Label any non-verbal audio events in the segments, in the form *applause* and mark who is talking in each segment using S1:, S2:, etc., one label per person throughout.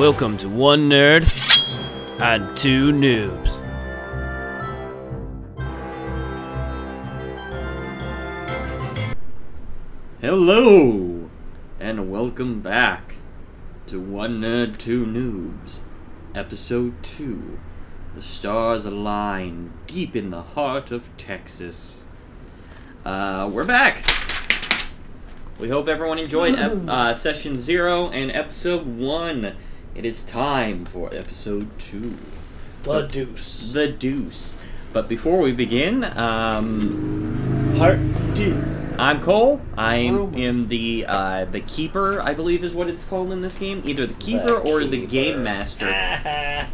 S1: Welcome to One Nerd and Two Noobs.
S2: Hello, and welcome back to One Nerd Two Noobs, Episode 2 The Stars Align Deep in the Heart of Texas. Uh, we're back! We hope everyone enjoyed
S1: *laughs*
S2: ep- uh, Session 0 and Episode 1. It is time for Episode 2
S3: The Deuce.
S2: The Deuce. But before we begin, um,
S3: Part two.
S2: I'm Cole. I
S3: Roman.
S2: am the uh, the keeper, I believe is what it's called in this game. Either the keeper or the game master.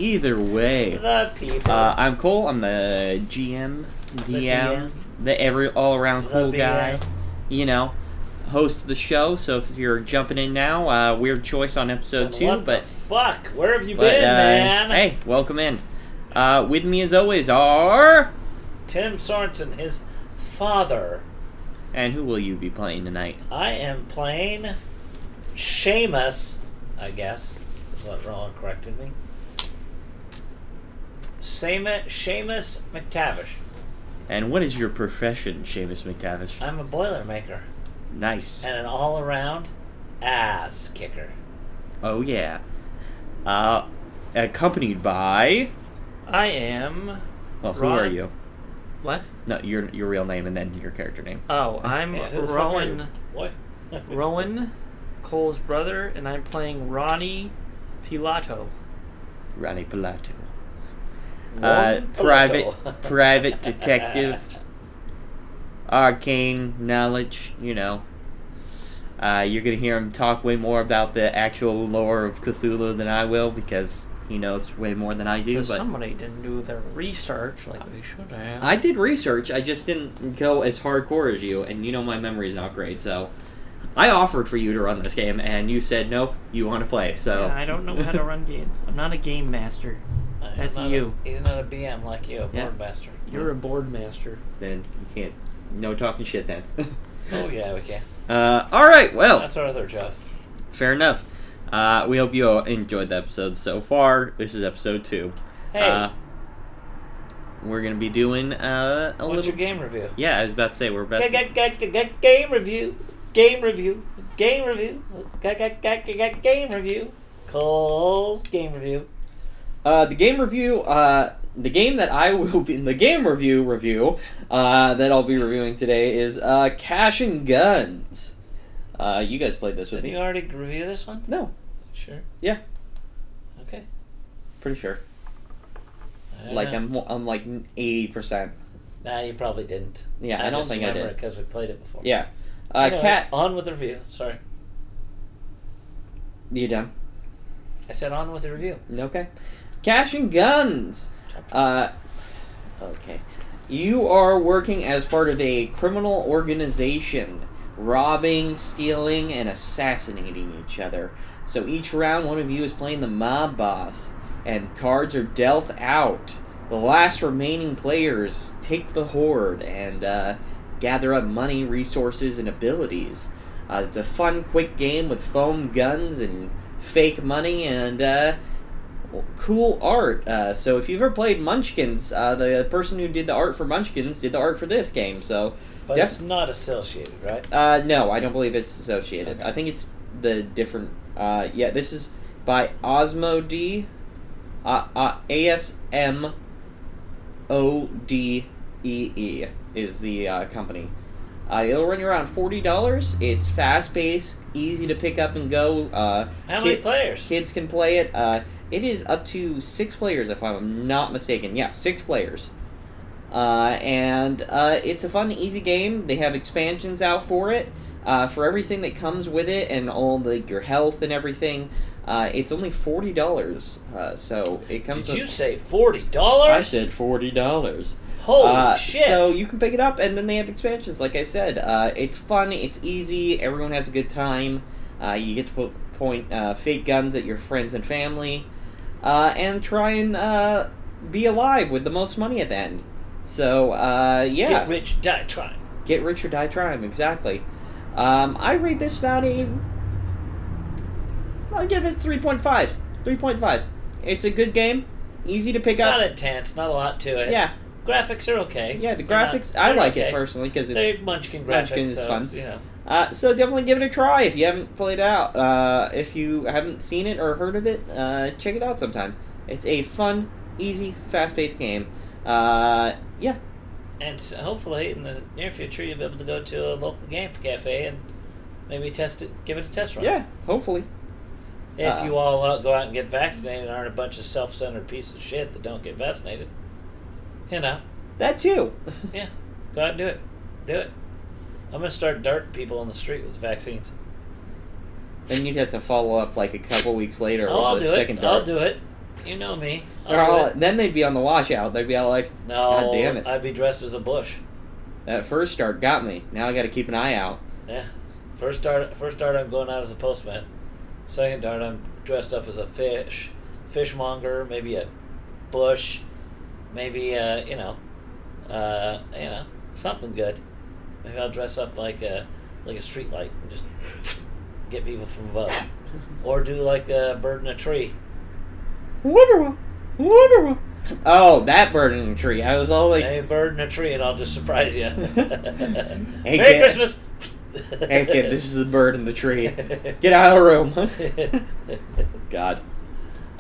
S2: Either way,
S3: *laughs* Ah. the people.
S2: uh, I'm Cole. I'm the GM, DM, the,
S3: GM.
S2: every all around
S3: The
S2: cool
S3: BM.
S2: guy. You know, host of the show. So if you're jumping in now, uh, weird choice on episode
S3: And
S2: two,
S3: what
S2: but
S3: the fuck? Where have you
S2: but
S3: been,
S2: uh,
S3: man?
S2: hey, welcome in. Uh, with me as always are
S3: Tim Sorensen, his father.
S2: and who will you be playing tonight?
S3: I am playing Seamus, I guess. Is what Roland corrected me. Seamus, Seamus McTavish.
S2: And what is your profession, Seamus McTavish?
S3: I'm a Boilermaker
S2: Nice.
S3: and an all around ass kicker.
S2: Oh yeah. Uh, accompanied by.
S4: I am.
S3: Oh,
S2: Well, who
S4: Ron.
S2: are you?
S4: What?
S2: No, your your real name and then your character name.
S4: Oh, I'm
S3: Yeah, who the fuck are you?
S4: Rowan.
S3: What? *laughs*
S4: Rowan, Cole's brother, and I'm playing Ronnie Pilato.
S2: Ronnie Pilato. Uh,
S3: Rowan
S2: private
S3: *laughs* Pilato.
S2: private detective. Arcane knowledge, you know. Uh, you're gonna hear him talk way more about the actual lore of Cthulhu than I will because he knows way more than I do.
S4: Because
S2: But
S4: somebody didn't do their research like they should have.
S2: I did research. I just didn't go as hardcore as you, and you know my memory's not great. So, I offered for you to run this game, and you said nope. You want to play, so
S4: Yeah, I don't know how to
S2: *laughs*
S4: run games. I'm not a game master.
S3: Uh, he's
S4: That's
S3: not a-
S4: you.
S3: he's not a BM like you, a
S2: Yeah.
S3: boardmaster.
S4: You're a board master.
S2: then you can't. No talking shit then. *laughs*
S3: Oh yeah, we can.
S2: uh, all right. Well,
S3: That's our other job.
S2: fair enough. Uh, we hope you all enjoyed the episode so far. This is episode two.
S3: Hey,
S2: Uh, we're gonna be doing uh, a
S3: what's
S2: little.
S3: your game review?
S2: Yeah, I was about to say we're about.
S3: Ga-
S2: to-
S3: ga- ga- ga- ga- Game review. Game review. Game review. Ga- ga- ga- ga- ga- Game review. Cole's game review.
S2: Uh, the game review. Uh, the game that I *laughs* will be in the game review review uh, that
S3: *laughs*
S2: I'll be reviewing today is uh, Cash and Guns. Uh, you guys played this with
S3: Did you
S2: me?
S3: already review this one?
S2: No,
S3: Sure.
S2: Yeah.
S3: Okay.
S2: pretty sure.
S3: I don't
S2: Like
S3: know.
S2: I'm, I'm like eighty percent.
S3: Nah, you probably didn't.
S2: Yeah, I don't
S3: just
S2: think I
S3: remember
S2: did.
S3: because we played it before.
S2: Yeah. Uh,
S3: Anyway,
S2: cat.
S3: On with the review. Sorry,
S2: You done?
S3: I said on with the review.
S2: Okay. Cash and Guns. Uh, okay. You are working as part of a criminal organization, robbing, stealing, and assassinating each other. So each round, one of you is playing the mob boss, and cards are dealt out. The last remaining players take the horde and uh, gather up money, resources, and abilities. Uh, it's a fun, quick game with foam guns and fake money and uh, cool art. Uh, so if you've ever played Munchkins, uh, the person who did the art for Munchkins did the art for this game. So
S3: But
S2: Def-
S3: it's not associated, right?
S2: uh, no, I don't believe it's associated.
S3: Okay.
S2: I think it's the different. Uh, yeah, this is by Osmod, uh, uh, A S M O D E E is the uh, company. Uh, it'll run you around forty dollars. It's fast paced, easy to pick up and go. Uh,
S3: How
S2: kid-
S3: many players?
S2: Kids can play it. Uh, it is up to six players, if I'm not mistaken. Yeah, six players. Uh, and uh, it's a fun, easy game. They have expansions out for it, uh, for everything that comes with it, and all the your health and everything. Uh, it's only forty dollars, uh, so it comes.
S3: Did
S2: with,
S3: you say forty dollars?
S2: I said forty dollars.
S3: Holy
S2: Uh,
S3: shit!
S2: So you can pick it up, and then they have expansions. Like I said, uh, it's fun, it's easy, everyone has a good time. Uh, you get to po- point uh, fake guns at your friends and family, uh, and try and uh, be alive with the most money at the end. So uh, yeah,
S3: Get rich, die trying.
S2: Get rich or die trying. Exactly. Um, I rate this about a. I'll give it three point five. Three point five. It's a good game. Easy to pick
S3: It's
S2: up.
S3: not intense, not a lot to it.
S2: yeah,
S3: Graphics are okay.
S2: yeah. The
S3: They're not-
S2: graphics. I
S3: they're
S2: like
S3: okay.
S2: it personally because it's
S3: They're munchkin graphics,
S2: Munchkin is
S3: so
S2: fun.
S3: it's, you know.
S2: Uh, so definitely give it a try if you haven't played out. Uh, if you haven't seen it or heard of it, uh, check it out sometime. It's a fun, easy, fast-paced game. Uh, yeah,
S3: And s hopefully, in the near future, you'll be able to go to a local game cafe and maybe test it, give it a test run.
S2: yeah. Hopefully,
S3: If
S2: Uh,
S3: you all out, go out and get vaccinated and aren't a bunch of self-centered pieces of shit that don't get vaccinated, you know,
S2: that too.
S3: *laughs* yeah, go out and do it. Do it. I'm gonna start darting people on the street with vaccines.
S2: then you'd have to follow up like a couple weeks later
S3: Oh, I'll
S2: with a
S3: do it.
S2: second
S3: I'll
S2: dart.
S3: do it. You know me. I'll
S2: Or
S3: do
S2: I'll-
S3: it.
S2: then they'd be on the washout. They'd be all like,
S3: No,
S2: God damn it.
S3: I'd be dressed as a bush.
S2: "That first start got me. Now I got to keep an eye out."
S3: Yeah. First dart, first dart, I'm going out as a postman. Second dart, I'm dressed up as a fish, fishmonger, maybe a bush, maybe uh, you know, uh, you know, something good. Maybe I'll dress up like a like a street light and just *laughs* get people from above, or do like a bird in a tree.
S2: Wonderwall, Wonderwall. Oh, that bird in the tree. I was all like,
S3: hey, bird in a tree, and I'll just surprise
S2: *laughs*
S3: you. Merry
S2: kid.
S3: Christmas.
S2: "Hey kid, this is the bird in the tree. Get out of the room." *laughs*
S3: *laughs*
S2: God.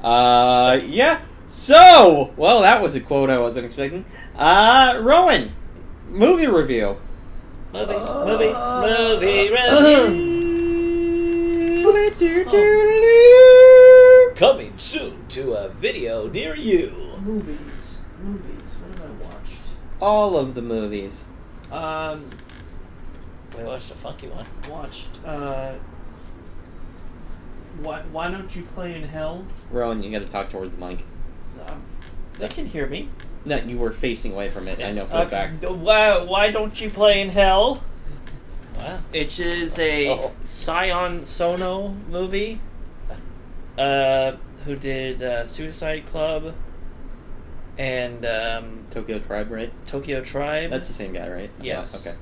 S2: Uh, yeah. So, well, that was a quote I wasn't expecting. Uh, Rowan, movie review.
S3: Movie, movie, movie
S4: *clears throat*
S3: review. Coming soon to a video near you.
S4: Movies. Movies. What have I watched?
S2: All of the movies.
S4: Um,
S3: We watched a funky one.
S4: watched. Uh, why, why don't you play in hell?
S2: Rowan, you gotta talk towards the mic.
S4: Um, they can hear me.
S2: No, you were facing away from it, I know for
S4: Uh,
S2: a fact.
S4: why, why don't you play in hell?
S3: Wow.
S4: It is a
S3: Oh.
S4: Scion Sono movie. Uh, who did uh, Suicide Club and um,
S2: Tokyo Tribe, right?
S4: Tokyo Tribe?
S2: That's the same guy, right?
S4: Yes.
S2: Oh, okay.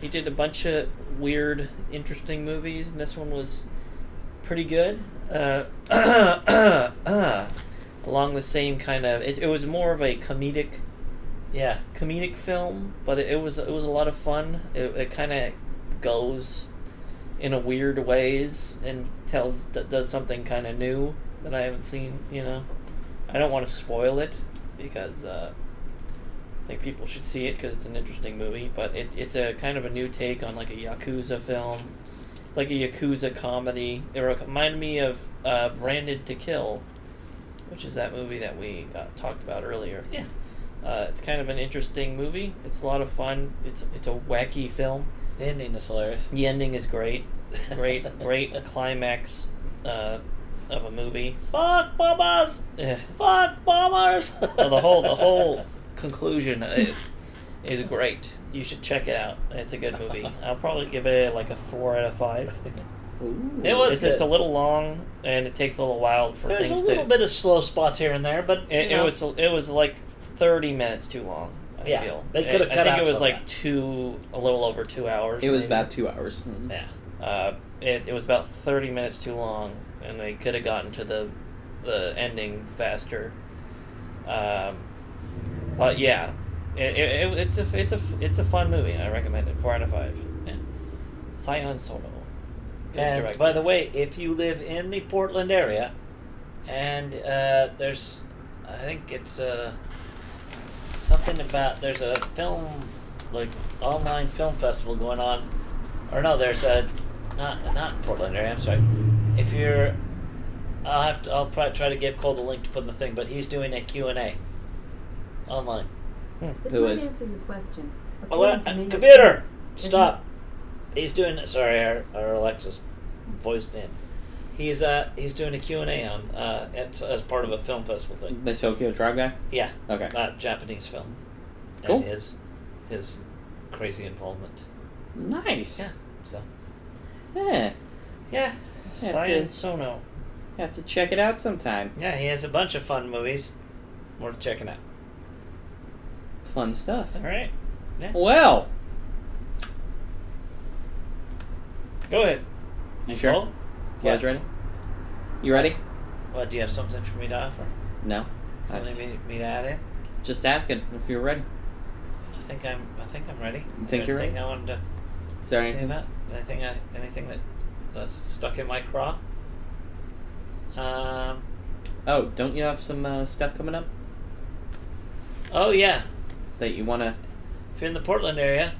S4: He did a bunch of weird, interesting movies, and this one was pretty good. Uh, *coughs* along the same kind of, it, it was more of a comedic
S3: Yeah.
S4: comedic film, but it, it was it was a lot of fun. It, it kind of goes in a weird ways and tells d- does something kind of new that I haven't seen. You know, I don't want to spoil it because uh, I think people should see it because it's an interesting movie. But it, it's a kind of a new take on like a yakuza film. It's like a yakuza comedy. It reminded me of uh, Branded to Kill, which is that movie that we got, talked about earlier.
S3: Yeah.
S4: Uh, it's kind of an interesting movie. It's a lot of fun. It's it's a wacky film.
S3: The ending is hilarious.
S4: The
S3: *laughs*
S4: ending is great. Great great climax uh, of a movie.
S3: Fuck bombers.
S4: Eh,
S3: Fuck bombers.
S4: so the whole the whole conclusion is is great. You should check it out. It's a good movie. I'll probably give it like a four out of five.
S3: It was
S4: It's, it's a
S3: good.
S4: little long and it takes a little while
S3: *laughs*
S4: for
S3: There's a
S4: things
S3: little
S4: to.
S3: bit of slow spots here and there, but
S4: It,
S3: you
S4: it
S3: know,
S4: was it was like thirty minutes too long. I
S3: Yeah,
S4: feel
S3: they
S4: I-
S3: could've
S4: I
S3: cut
S4: think
S3: out
S4: it was
S3: some of
S4: like
S3: that.
S4: two, a little over two hours.
S2: It was
S4: maybe.
S2: about two hours.
S3: Yeah.
S4: Uh, it, it was about 30 minutes too long, and they could have gotten to the, the ending faster. Um, but yeah, it, it, it- it's a it's a it's a fun movie. and I recommend it. Four out of five.
S3: Yeah.
S4: Sion Solo. Good
S3: And
S4: director.
S3: by the way, if you live in the Portland area, and uh, there's, I think it's uh, something about there's a film, like online film festival going on, or no, there's a, not not Portland area. I'm sorry. If you're, I'll have to. I'll probably try to give Cole the link to put in the thing, but he's doing a Q and A, online.
S5: It's
S4: Hmm.
S2: Who
S5: not
S2: is?
S5: answering the question.
S3: Oh,
S5: According
S3: uh,
S5: to me, Mm-hmm.
S3: computer,
S5: Isn't-
S3: stop. He's doing. Sorry, our, our Alexa's voiced in. He's uh he's doing a Q and A on uh at, as part of a film festival thing.
S2: The Tokyo Tribe guy?
S3: Yeah,
S2: Okay.
S3: not Japanese film.
S2: Cool.
S3: And his his crazy involvement.
S2: Nice.
S3: Yeah. So
S2: Yeah.
S3: yeah
S2: Have
S4: Sion
S2: to,
S4: Sono.
S2: have to check it out sometime.
S3: yeah he has a bunch of fun movies worth checking out.
S2: Fun stuff.
S4: All right,
S2: Well,
S4: go ahead.
S2: you sure?
S3: Cole?
S2: You guys ready? You ready?
S3: What, do you have something for me to offer?
S5: No,
S3: Something me, me to add in?
S5: just asking if you're ready.
S3: I think I'm. I think I'm ready.
S5: You think you're
S3: anything
S5: ready?
S3: I wanted to
S5: Sorry.
S3: say about anything. I, anything that that's stuck in my craw. Um.
S5: Oh, don't you have some uh, stuff coming up
S3: Oh yeah,
S5: that you want to?
S3: if you're in the Portland area,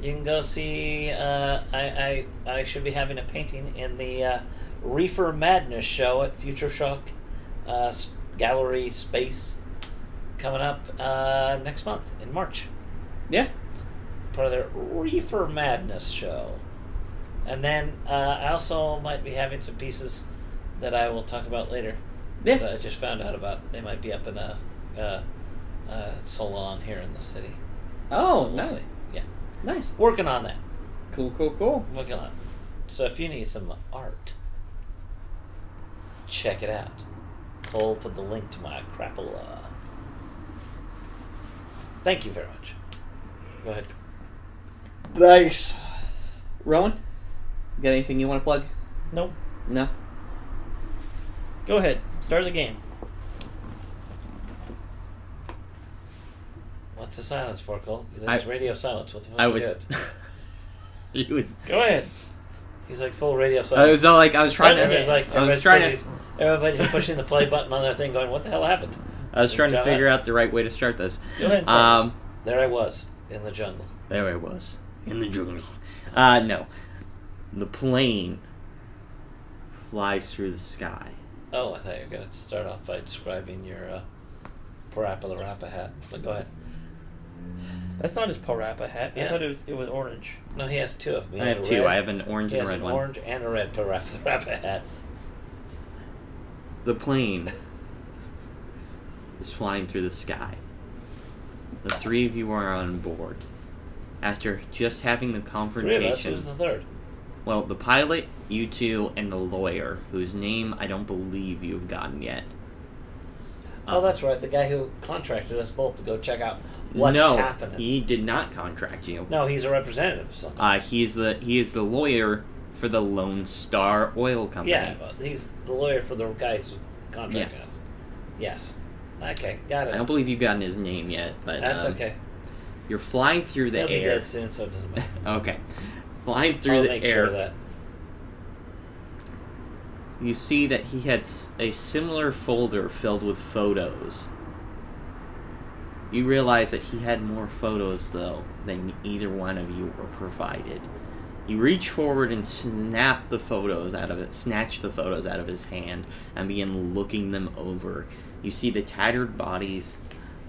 S3: you can go see. Uh, I, I I should be having a painting in the uh, Reefer Madness show at Future Shock uh, s- Gallery Space coming up uh, next month in March.
S5: Yeah.
S3: part of their Reefer Madness show. And then uh, I also might be having some pieces that I will talk about later.
S5: Yeah.
S3: That I just found out about. They might be up in a, uh uh salon here in the city. So
S5: Oh,
S3: we'll
S5: nice,
S3: see. Yeah.
S5: nice,
S3: Working on that.
S5: cool, cool, cool.
S3: Working on it. So if you need some art, check it out. Cole put the link to my crapola. Thank you very much. Go ahead.
S5: Nice. Rowan, you got anything you want to plug?
S4: Nope.
S5: No.
S4: Go ahead. Start the game.
S3: What's the silence for, Cole? He's
S2: I-
S3: like, it's radio silence. What the fuck?
S2: I
S3: you
S2: was.
S3: do it?"
S2: *laughs* He was.
S4: Go ahead.
S3: He's like full radio silence.
S2: I was all like, I was trying
S4: Right,
S2: to.
S4: okay.
S3: Everybody's like,
S2: I was
S3: everybody's
S2: trying to.
S3: pushing, everybody's pushing the play button on their thing, going, "What the hell happened?"
S2: I was trying to
S3: Try
S2: figure
S3: that.
S2: out the right way to start this.
S4: Go ahead. And start.
S2: Um,
S3: There I was in the jungle.
S2: there it was in the jungle. Uh, no, the plane flies through the sky.
S3: Oh, I thought you were gonna start off by describing your uh, Parappa Rappa hat. But go ahead.
S4: That's not his Parappa hat. I
S3: Yeah.
S4: thought it was it was orange.
S3: No, he has two of them. He
S2: I
S3: has
S2: have
S3: a
S2: two.
S3: red-
S2: I have an orange
S3: He
S2: and
S3: has
S2: a red
S3: an
S2: one.
S3: orange and a red Parappa *laughs* Rappa hat.
S2: The plane is flying through the sky. The three of you are on board. After just having the
S3: Three of us.
S2: confrontation,
S3: Who's the third?
S2: well, the pilot, you two, and the lawyer, whose name I don't believe you've gotten yet.
S3: Oh,
S2: Um,
S3: that's right. The guy who contracted us both to go check out what's
S2: no,
S3: happening.
S2: he did not contract you.
S3: No, he's a representative. Of something.
S2: Uh, he is the he is the lawyer for the Lone Star Oil Company.
S3: Yeah, well, he's the lawyer for the guy who's contracting us. Yes. Okay, got
S2: I
S3: it.
S2: don't believe you've gotten his name yet, but
S3: That's
S2: um,
S3: okay.
S2: You're flying through the
S3: He'll be
S2: air.
S3: dead soon, so it doesn't matter.
S2: *laughs* okay, flying through
S3: I'll
S2: the
S3: make
S2: air.
S3: sure that.
S2: you see that he had s- a similar folder filled with photos. You realize that he had more photos, though, than either one of you were provided. You reach forward and snap the photos out of it, snatch the photos out of his hand, and begin looking them over. You see the tattered bodies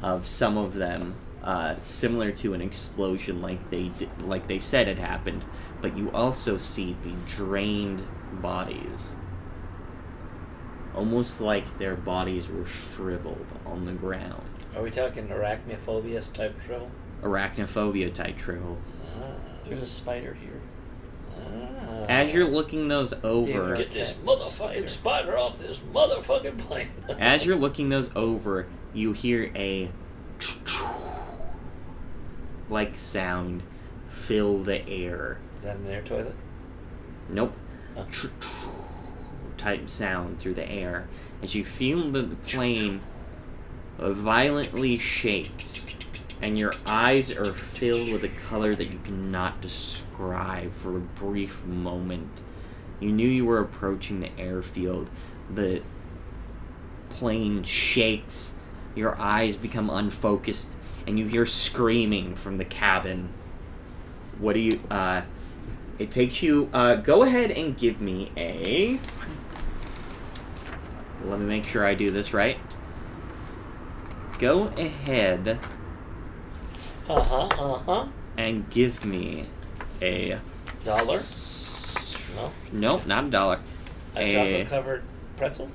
S2: of some of them, uh, similar to an explosion, like they d- like they said had happened. But you also see the drained bodies almost like their bodies were shriveled on the ground.
S3: Are we talking arachnophobia type shrivel?
S2: Arachnophobia type trill.
S4: There's a spider here.
S3: Ah.
S2: As you're looking those over,
S3: get this
S4: Cat
S3: motherfucking
S4: spider.
S3: spider. off this motherfucking plane.
S2: as you're looking those over, you hear a like sound fill the air.
S3: *laughs* Is that an air toilet?
S2: Nope.
S3: Oh.
S2: Type sound through the air as you feel the plane violently shakes, and your eyes are filled with a color that you cannot describe for a brief moment. You knew you were approaching the airfield. The plane shakes, your eyes become unfocused, and you hear screaming from the cabin. What do you, uh, it takes you. Uh, go ahead and give me a. Let me make sure I do this right. Go ahead
S3: Uh huh. Uh huh.
S2: and give me a.
S3: Dollar?
S2: S-
S3: No.
S2: Nope, not a dollar.
S3: A
S2: Eh.
S3: chocolate covered pretzel.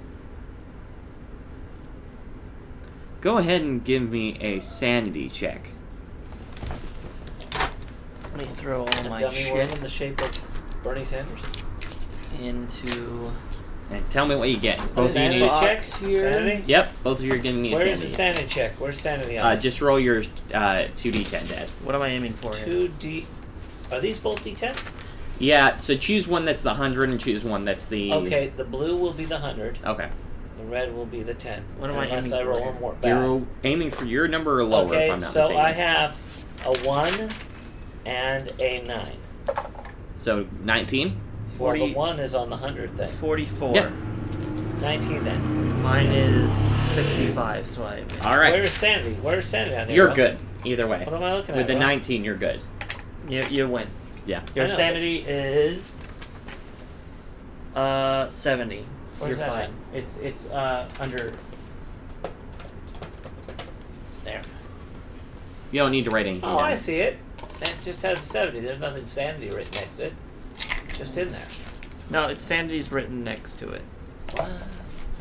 S2: Go ahead and give me a sanity check.
S4: Let me throw
S2: Oh
S4: all
S3: A
S4: my
S3: gummy worm in
S4: shit
S3: the shape of Bernie Sanders.
S4: into
S2: And tell me what you get.
S4: the
S2: Both of you
S3: Sanity
S2: need.
S4: box
S3: check?
S4: here.
S3: Sanity?
S2: Yep, both of you are giving me a
S3: Where
S2: sanity.
S3: is the sanity check? Where's sanity on
S2: uh,
S3: this?
S2: just roll your uh, 2d10, Dad.
S4: What am I aiming for here?
S3: two D. Are these both D10s?
S2: Yeah, so choose one that's the 100 and choose one that's the.
S3: Okay, the blue will be the hundred,
S2: Okay.
S3: The red will be the ten.
S2: What am I
S3: unless
S2: aiming
S3: I roll
S2: for?
S3: one more back.
S2: You're aiming for your number or lower,
S3: okay,
S2: if I'm not
S3: so
S2: mistaken.
S3: I have a one and a nine.
S2: So 19?
S3: Well, the
S4: Forty-
S3: one is on the hundred thing.
S4: 44.
S2: Yeah.
S3: Nineteen then.
S4: Mine is 65, so I.
S2: All right.
S3: Where's sanity? Where's sanity on here?
S2: you're
S3: What-
S2: good. Either way.
S3: What am I looking
S2: With
S3: at?
S2: the
S3: Rob?
S2: 19, you're good.
S4: You, you win.
S2: Yeah.
S4: Your
S3: I know,
S4: sanity is. Uh, 70.
S3: Where's
S4: You're
S3: that
S4: fine. It's, it's, uh, under.
S3: There.
S2: You don't need to write anything
S3: Oh,
S2: down.
S3: I see it. It just has a seventy. There's nothing sanity right next to it. Just in there.
S4: No, it's sanity's written next to it.
S3: Wow.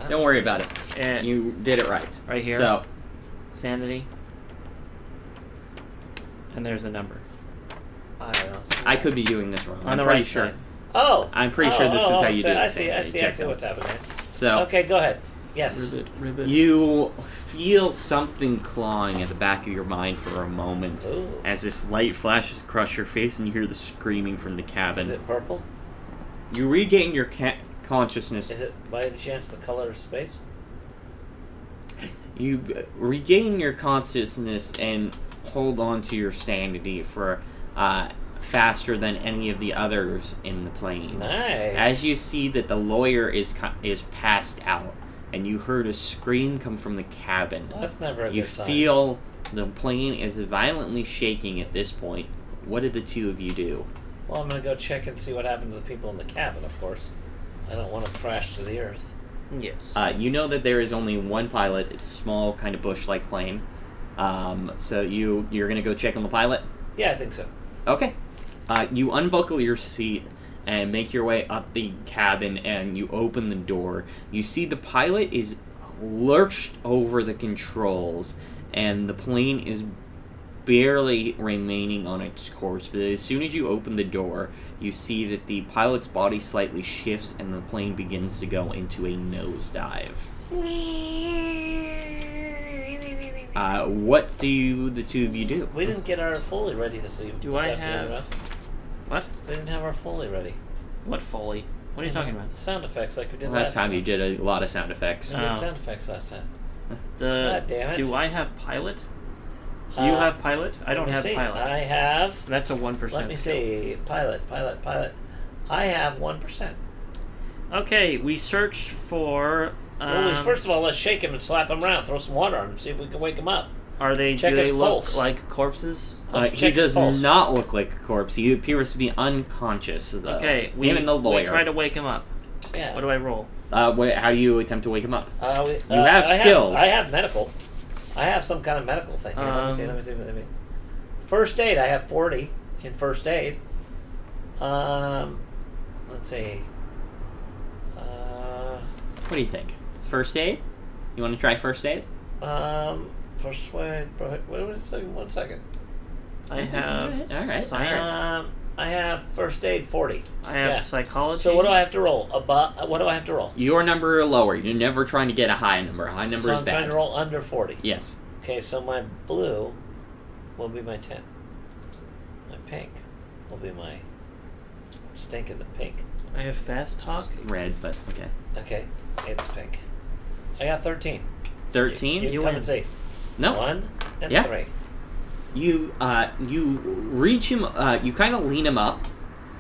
S2: Don't worry about it.
S4: And
S2: You did it right.
S4: Right here?
S2: So,
S4: Sanity. And there's a number.
S3: I don't see
S2: I
S3: that.
S2: could be doing this wrong.
S4: On
S2: I'm
S4: the
S2: pretty
S4: right
S2: sure.
S4: side.
S3: Oh.
S2: I'm pretty
S3: oh,
S2: sure this
S3: oh,
S2: is
S3: oh,
S2: how you
S3: so
S2: do
S3: I
S2: it,
S3: see. I
S2: sanity.
S3: see. I
S2: Check
S3: see
S2: them.
S3: what's happening.
S2: So,
S3: Okay, go ahead. Yes.
S4: ribbit.
S2: you feel something clawing at the back of your mind for a moment
S3: Ooh.
S2: as this light flashes across your face and you hear the screaming from the cabin.
S3: Is it purple?
S2: you regain your ca- consciousness.
S3: Is it by any chance the color of space?
S2: you b- regain your consciousness and hold on to your sanity for uh, faster than any of the others in the plane.
S3: Nice.
S2: As you see that the lawyer is co- is passed out, and you heard a scream come from the cabin.
S3: Well, that's never a
S2: you
S3: good sign.
S2: feel the plane is violently shaking at this point. What did the two of you do?
S3: Well, I'm gonna go check and see what happened to the people in the cabin. Of course, I don't want to crash to the earth.
S4: Yes.
S2: Uh, you know that there is only one pilot. It's a small, kind of bush-like plane. Um, so you you're gonna go check on the pilot.
S3: Yeah, I think so.
S2: Okay. Uh, you unbuckle your seat and make your way up the cabin and you open the door. You see the pilot is lurched over the controls and the plane is barely remaining on its course. But as soon as you open the door, you see that the pilot's body slightly shifts and the plane begins to go into a nosedive. Uh, what do you, the two of you do?
S3: We didn't get our foley ready this evening.
S4: Do
S3: this
S4: I
S3: afternoon,
S4: have-
S3: huh?
S4: what?
S3: We didn't have our foley ready.
S4: What Foley? What are you talking about?
S3: Sound effects like we did
S2: Last time you
S3: time.
S2: did a lot of sound effects. *laughs*
S3: We did
S4: Oh.
S3: sound effects last time.
S4: The
S3: God damn it.
S4: do I have pilot? Do you
S3: Uh,
S4: have pilot? I don't
S3: let me
S4: have
S3: see.
S4: pilot.
S3: I have.
S4: That's a one percent.
S3: Let me see. Pilot, pilot, pilot. I have one percent.
S4: Okay, we searched for. Um,
S3: Well, we- first of all, let's shake him and slap him around. Throw some water on him. See if we can wake him up.
S4: are they?
S3: check
S4: Do they
S3: his
S4: look
S3: pulse.
S4: like corpses?
S2: Uh,
S3: Let's
S2: he
S3: check
S2: does
S3: his pulse.
S2: not look like a corpse. He appears to be unconscious. Though.
S4: Uh, okay, we
S2: him and the lawyer.
S4: we try to wake him up.
S3: Yeah.
S4: What do I roll?
S2: Uh, wait, how do you attempt to wake him up?
S3: Uh, we,
S2: You
S3: uh,
S2: have
S3: I
S2: skills.
S3: I have medical. I have some kind of medical thing. Here, let me see.
S4: Um,
S3: Let me see. Let me see. First aid. I have forty in first aid. Um, let's see. Uh,
S2: What do you think? First aid? You want to try first aid?
S3: um, persuade. prohi- Wait, wait a second. One second.
S4: I have
S2: Mm-hmm. All right,
S4: science.
S3: Um, I have first aid forty.
S4: I have
S3: yeah.
S4: psychology.
S3: So what do I have to roll? About what do I have to roll?
S2: Your number or lower. You're never trying to get a high number. A high number
S3: So
S2: is
S3: I'm trying
S2: bad.
S3: to roll under forty.
S2: Yes.
S3: Okay, so my blue will be my 10. My pink will be my stink in the pink.
S4: I have fast talk.
S2: Red, but okay.
S3: Okay, it's pink. I got 13.
S2: Thirteen.
S3: You,
S4: You
S3: come
S4: win.
S3: and see.
S2: no.
S3: One and
S2: Yeah.
S3: three.
S2: You uh, you reach him. Uh, you kind of lean him up,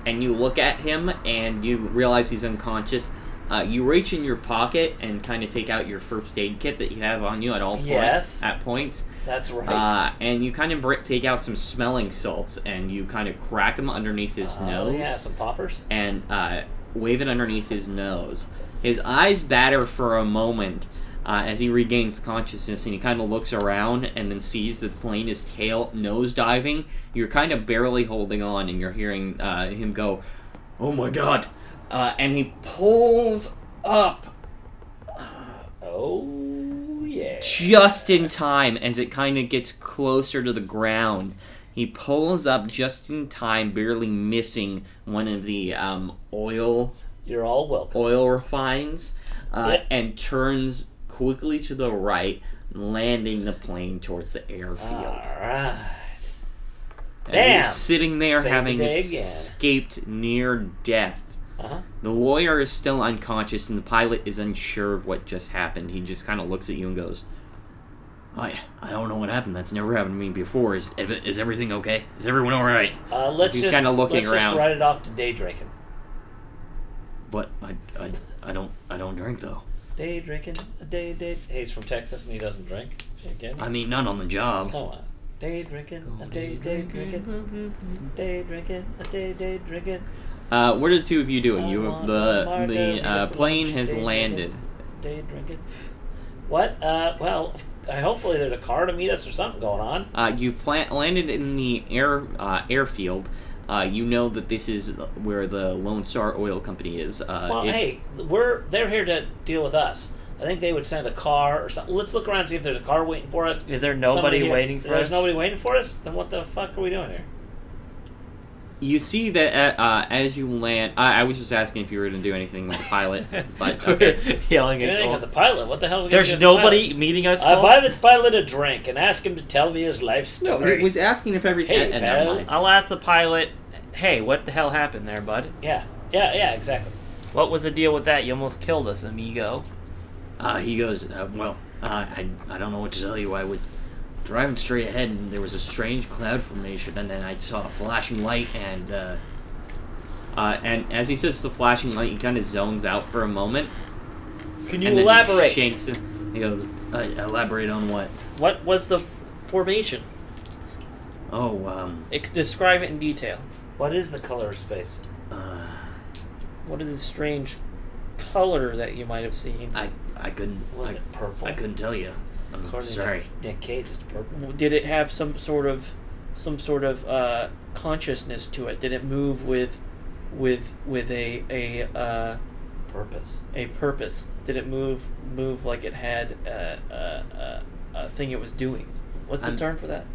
S2: and you look at him, and you realize he's unconscious. Uh, you reach in your pocket and kind of take out your first aid kit that you have on you at all point,
S3: Yes.
S2: at points.
S3: That's right.
S2: Uh, and you kind of br- take out some smelling salts and you kind of crack them underneath his
S3: Oh,
S2: nose
S3: Yeah, some poppers.
S2: and uh, wave it underneath his nose. His eyes batter for a moment uh, as he regains consciousness and he kind of looks around and then sees that the plane is tail nose diving. You're kind of barely holding on and you're hearing uh, him go, Oh my god! Uh, and he pulls up
S3: Oh, yeah.
S2: just in time as it kind of gets closer to the ground. He pulls up just in time, barely missing one of the um, oil
S3: You're all welcome.
S2: oil refines, uh,
S3: Yeah.
S2: and turns quickly to the right, landing the plane towards the airfield.
S3: All right.
S2: And
S3: Damn.
S2: he's sitting there
S3: Saved
S2: having
S3: the day again.
S2: escaped near death
S3: Uh huh.
S2: The lawyer is still unconscious, and the pilot is unsure of what just happened. He just kind of looks at you and goes, "I, I don't know what happened. That's never happened to me before. Is ev- is everything okay? Is everyone all right?"
S3: Uh, let's
S2: He's
S3: just
S2: kinda looking
S3: let's
S2: around.
S3: Just write it off to day drinking.
S2: But I, I, I don't I don't drink though.
S3: Day drinking. A day day. Hey, he's from Texas and he doesn't drink. Again.
S2: I mean, not on the
S3: Come
S2: job.
S3: on. Day drinking. A day day drinking. Day drinking. A day day drinking.
S2: Uh, what are the two of you doing? You
S3: I want
S2: the the
S3: a
S2: uh,
S3: margarita for
S2: plane
S3: lunch.
S2: has
S3: Day
S2: landed.
S3: drinking. Day drinking. What? Uh, well, I hopefully there's a car to meet us or something going on.
S2: Uh, you plant, landed in the air uh, airfield. Uh, you know that this is where the Lone Star Oil Company is. Uh,
S3: Well,
S2: it's-
S3: hey, we're they're here to deal with us. I think they would send a car or something. Let's look around and see if there's a car waiting for us.
S4: Is there nobody
S3: Somebody here-
S4: waiting for
S3: there's
S4: us?
S3: nobody waiting for us. Then what the fuck are we doing here?
S2: You see that uh, uh, as you land. I, I was just asking if you were going to do anything with the
S3: *laughs*
S4: *laughs*
S2: pilot, but okay.
S4: yelling
S3: Do
S4: at
S3: anything
S4: Cole.
S3: with the pilot? What the hell? Are we gonna do
S4: There's
S3: with the
S4: nobody meeting us.
S3: Pilot? I
S4: Cole?
S3: buy the pilot a drink and ask him to tell me his life
S2: No,
S3: story.
S2: he was asking if every.
S3: Hey,
S2: and- and
S3: pal.
S2: never mind.
S4: I'll ask the pilot. Hey, what the hell happened there, bud?
S3: yeah, yeah, yeah, exactly.
S4: What was the deal with that? You almost killed us, amigo.
S2: Uh, he goes, uh, Well, uh, I, I don't know what to tell you. I was driving straight ahead, and there was a strange cloud formation, and then I saw a flashing light, and. Uh, uh, and as he says the flashing light, he kind of zones out for a moment.
S4: Can
S2: and then He shakes it. He goes, uh, Elaborate on what?
S4: What was the formation?
S2: Oh, um.
S4: Ex- describe it in detail.
S3: What is the color of space?
S2: Uh,
S4: What is this strange color that you might have seen?
S2: I, I couldn't. I,
S3: Was it purple?
S2: I couldn't tell you. I'm
S3: According
S2: sorry.
S3: to Nick Cage, it's purple.
S4: Did it have some sort of some sort of uh, consciousness to it? Did it move with with with a a uh,
S3: Purpose.
S4: a purpose? Did it move move like it had a, a, a, a thing it was doing? What's the
S2: I'm-
S4: term for that?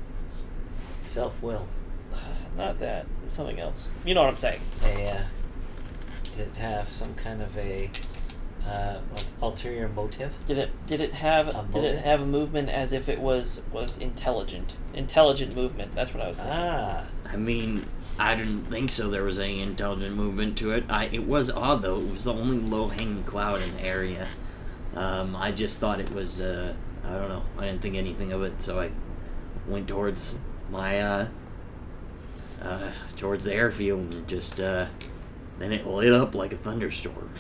S4: *sighs*
S3: Self will.
S4: Not that. Something else. You know what I'm saying?
S3: They uh, did have some kind of a uh, ul- ulterior motive.
S4: Did it did it have
S3: A
S4: did it
S3: motive?
S4: have a movement as if it was was intelligent? Intelligent movement. That's what I was thinking.
S3: Ah,
S2: I mean, I didn't think so. There was any intelligent movement to it. I, it was odd though. It was the only low-hanging cloud in the area. Um, I just thought it was. Uh, I don't know. I didn't think anything of it, so I went towards my uh, uh, towards the airfield and just uh, then it lit up like a thunderstorm.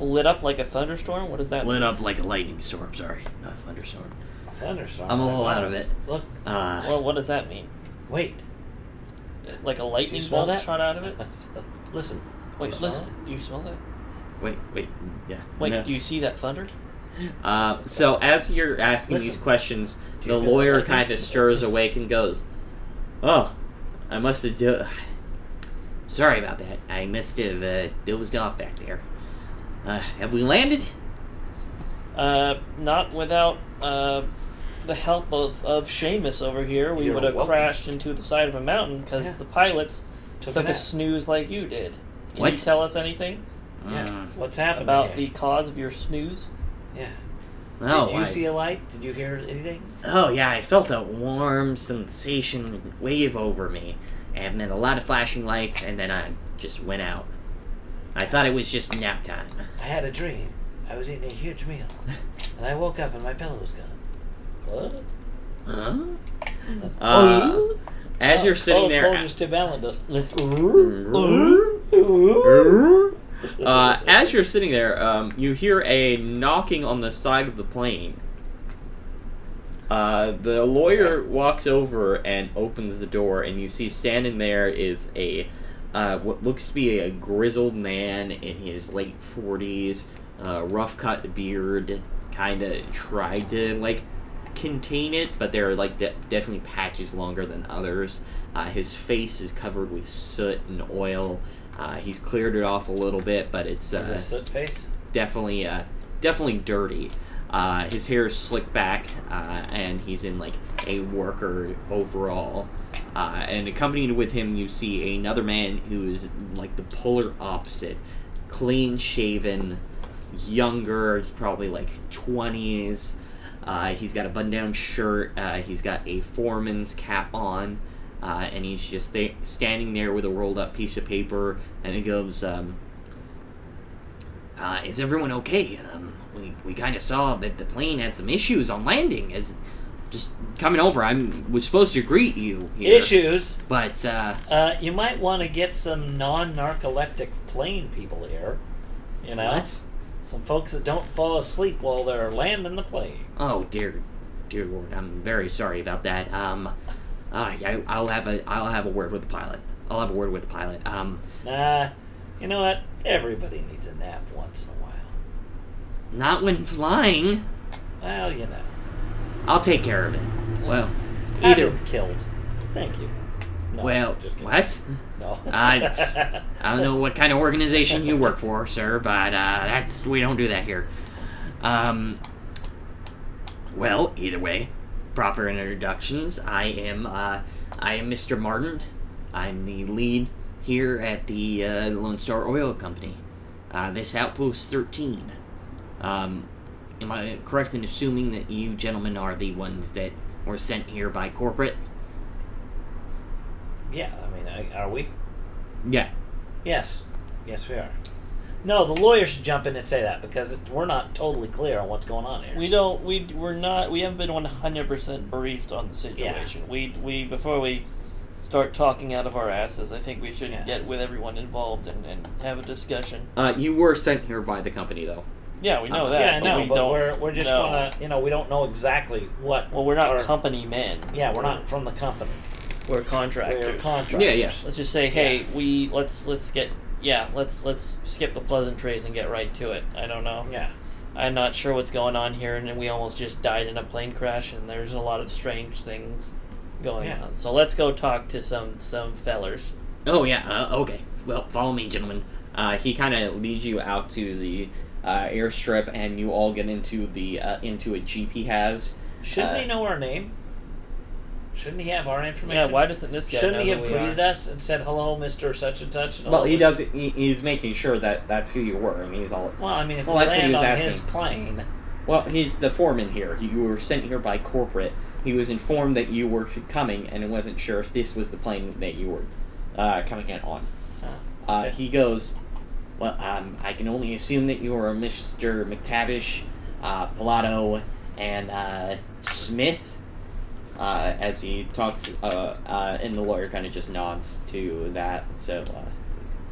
S4: Lit up like a thunderstorm. What does that?
S2: Lit up like a lightning storm. Sorry, not a thunderstorm.
S3: thunderstorm.
S2: I'm a little out of it.
S3: Look,
S2: Uh,
S4: Well, what does that mean?
S3: wait.
S4: Like a
S3: Do you
S4: lightning
S3: smell
S4: bolt
S3: that?
S4: shot out of it?
S3: *laughs* Listen.
S4: Wait,
S3: Do you smell
S4: listen. Do you smell that?
S2: wait, wait, yeah.
S4: Wait,
S2: no.
S4: do you see that thunder?
S2: Uh, so as you're asking these
S3: Listen.
S2: questions,
S3: Do
S2: the
S3: you really
S2: lawyer
S3: like me?
S2: kind of stirs awake and goes, "Oh, I must have. Do- *sighs* Sorry about that. I must have uh, dozed off back there. Uh, have we landed?
S4: Uh, not without uh, the help of of Seamus over here, we
S3: You're
S4: would have
S3: welcome.
S4: crashed into the side of a mountain because
S3: Yeah.
S4: the pilots
S3: Took
S4: took,
S3: a
S4: a
S3: nap.
S4: snooze like you did. Can you
S2: What?
S4: tell us anything
S3: Yeah.
S2: Mm,
S3: What's happening
S4: about
S3: here?
S4: the cause of your snooze?
S3: Yeah.
S2: no,
S3: Did you
S2: I-
S3: see a light? Did you hear anything?
S2: Oh yeah, I felt a warm sensation wave over me, and then a lot of flashing lights, and then I just went out. I thought it was just nap time.
S3: I had a dream. I was eating a huge
S2: *laughs*
S3: meal, and I woke up and my pillow was gone. What?
S2: Huh? Uh, as
S3: Oh,
S2: you're sitting
S3: oh,
S2: there,
S3: Cole just Tim Allen does.
S2: Uh, as you're sitting there, um, you hear a knocking on the side of the plane. Uh, the lawyer walks over and opens the door, and you see standing there is a uh, what looks to be a grizzled man in his late forties, uh, rough cut beard, kind of tried to like contain it, but there are like de- definitely patches longer than others. Uh, his face is covered with soot and oil. Uh, he's cleared it off a little bit, but it's
S3: Is
S2: uh,
S3: *laughs* this soot face?
S2: definitely uh, definitely dirty. Uh, his hair is slicked back, uh, and he's in like a worker overall. Uh, and accompanied with him, you see another man who is like the polar opposite, clean shaven, younger. He's probably like twenties. Uh, he's got a button-down shirt. Uh, he's got a foreman's cap on. uh, and he's just th- standing there with a rolled up piece of paper, and he goes, um, uh, "Is everyone okay? Um, we we kind of saw that the plane had some issues on landing. Is just coming over. I'm was supposed to greet you here,
S3: Issues.
S2: but uh,
S3: Uh, you might want to get some non-narcoleptic plane people here. You know,
S2: what?
S3: some folks that don't fall asleep while they're landing the plane.
S2: Oh dear, dear Lord, I'm very sorry about that. Um, uh, I, I'll have a I'll have a word with the pilot. I'll have a word with the pilot. Um,
S3: Nah, you know what? Everybody needs a nap once in a while.
S2: not when flying.
S3: Well, you know,
S2: I'll take care of it. Well,
S3: have
S2: either.
S3: him killed. Thank you. No,
S2: well,
S3: just kidding.
S2: what?
S3: No.
S2: I- I
S3: *laughs*
S2: don't know what kind of organization you work for, sir, but uh, that's we don't do that here. Um, well, either way, proper introductions. I am uh, I am Mr. Martin. I'm the lead here at the uh, Lone Star Oil Company. Uh, this outpost thirteen. Um, am I correct in assuming that you gentlemen are the ones that were sent here by corporate?
S3: yeah, I mean, I, are we?
S2: Yeah.
S3: Yes. Yes, we are. No, the lawyer should jump in and say that because it, we're not totally clear on what's going on here.
S4: We don't. We we're not. We haven't been one hundred percent briefed on the situation. We we before we start talking out of our asses. I think we should
S3: Yeah.
S4: get with everyone involved and, and have a discussion.
S5: Uh,
S2: You were sent here by the company, though.
S4: Yeah, we know
S2: Uh,
S4: that.
S3: yeah, I
S4: but
S3: know,
S4: we
S3: but
S4: don't.
S3: we're, we're just
S4: know.
S3: want to, you know, we don't know exactly what.
S4: Well, we're not
S3: our-
S4: company men.
S3: Yeah, we're not from the company.
S4: We're
S3: We're
S4: contractors.
S3: contractors.
S2: Yeah, yeah.
S4: let's just say, hey,
S3: Yeah.
S4: we let's let's get yeah, let's let's skip the pleasantries and get right to it. I don't know.
S3: Yeah.
S4: I'm not sure what's going on here, and we almost just died in a plane crash, and there's a lot of strange things going
S3: Yeah.
S4: on. So let's go talk to some some fellers.
S2: Oh yeah. Uh, okay. Well, follow me, gentlemen.
S5: Uh, he kind of leads you out to the uh, airstrip, and you all get into the uh, into a jeep he has.
S3: Shouldn't
S5: Uh,
S3: he know our name? Shouldn't he have our
S4: Yeah,
S3: information?
S4: why doesn't this guy know
S3: Shouldn't he
S4: who
S3: have
S4: we
S3: greeted
S4: are?
S3: us and said hello, Mister Such and Such? And all
S5: Well, he
S3: that?
S5: does. He, he's making sure that that's who you were. I mean, he's all.
S3: Well, I mean, if
S5: Well,
S3: we
S5: that's what he
S3: land on
S5: was
S3: his
S5: asking.
S3: plane,
S5: Well, he's the foreman here. He- You were sent here by corporate. He was informed that you were coming, and wasn't sure if this was the plane that you were uh, coming in on. Uh,
S3: Okay.
S5: He goes, Well, um, I can only assume that you are Mr. McTavish, uh, Pilato, and uh, Smith. Uh, as he talks, uh, uh, and the lawyer kind of just nods to that. So uh,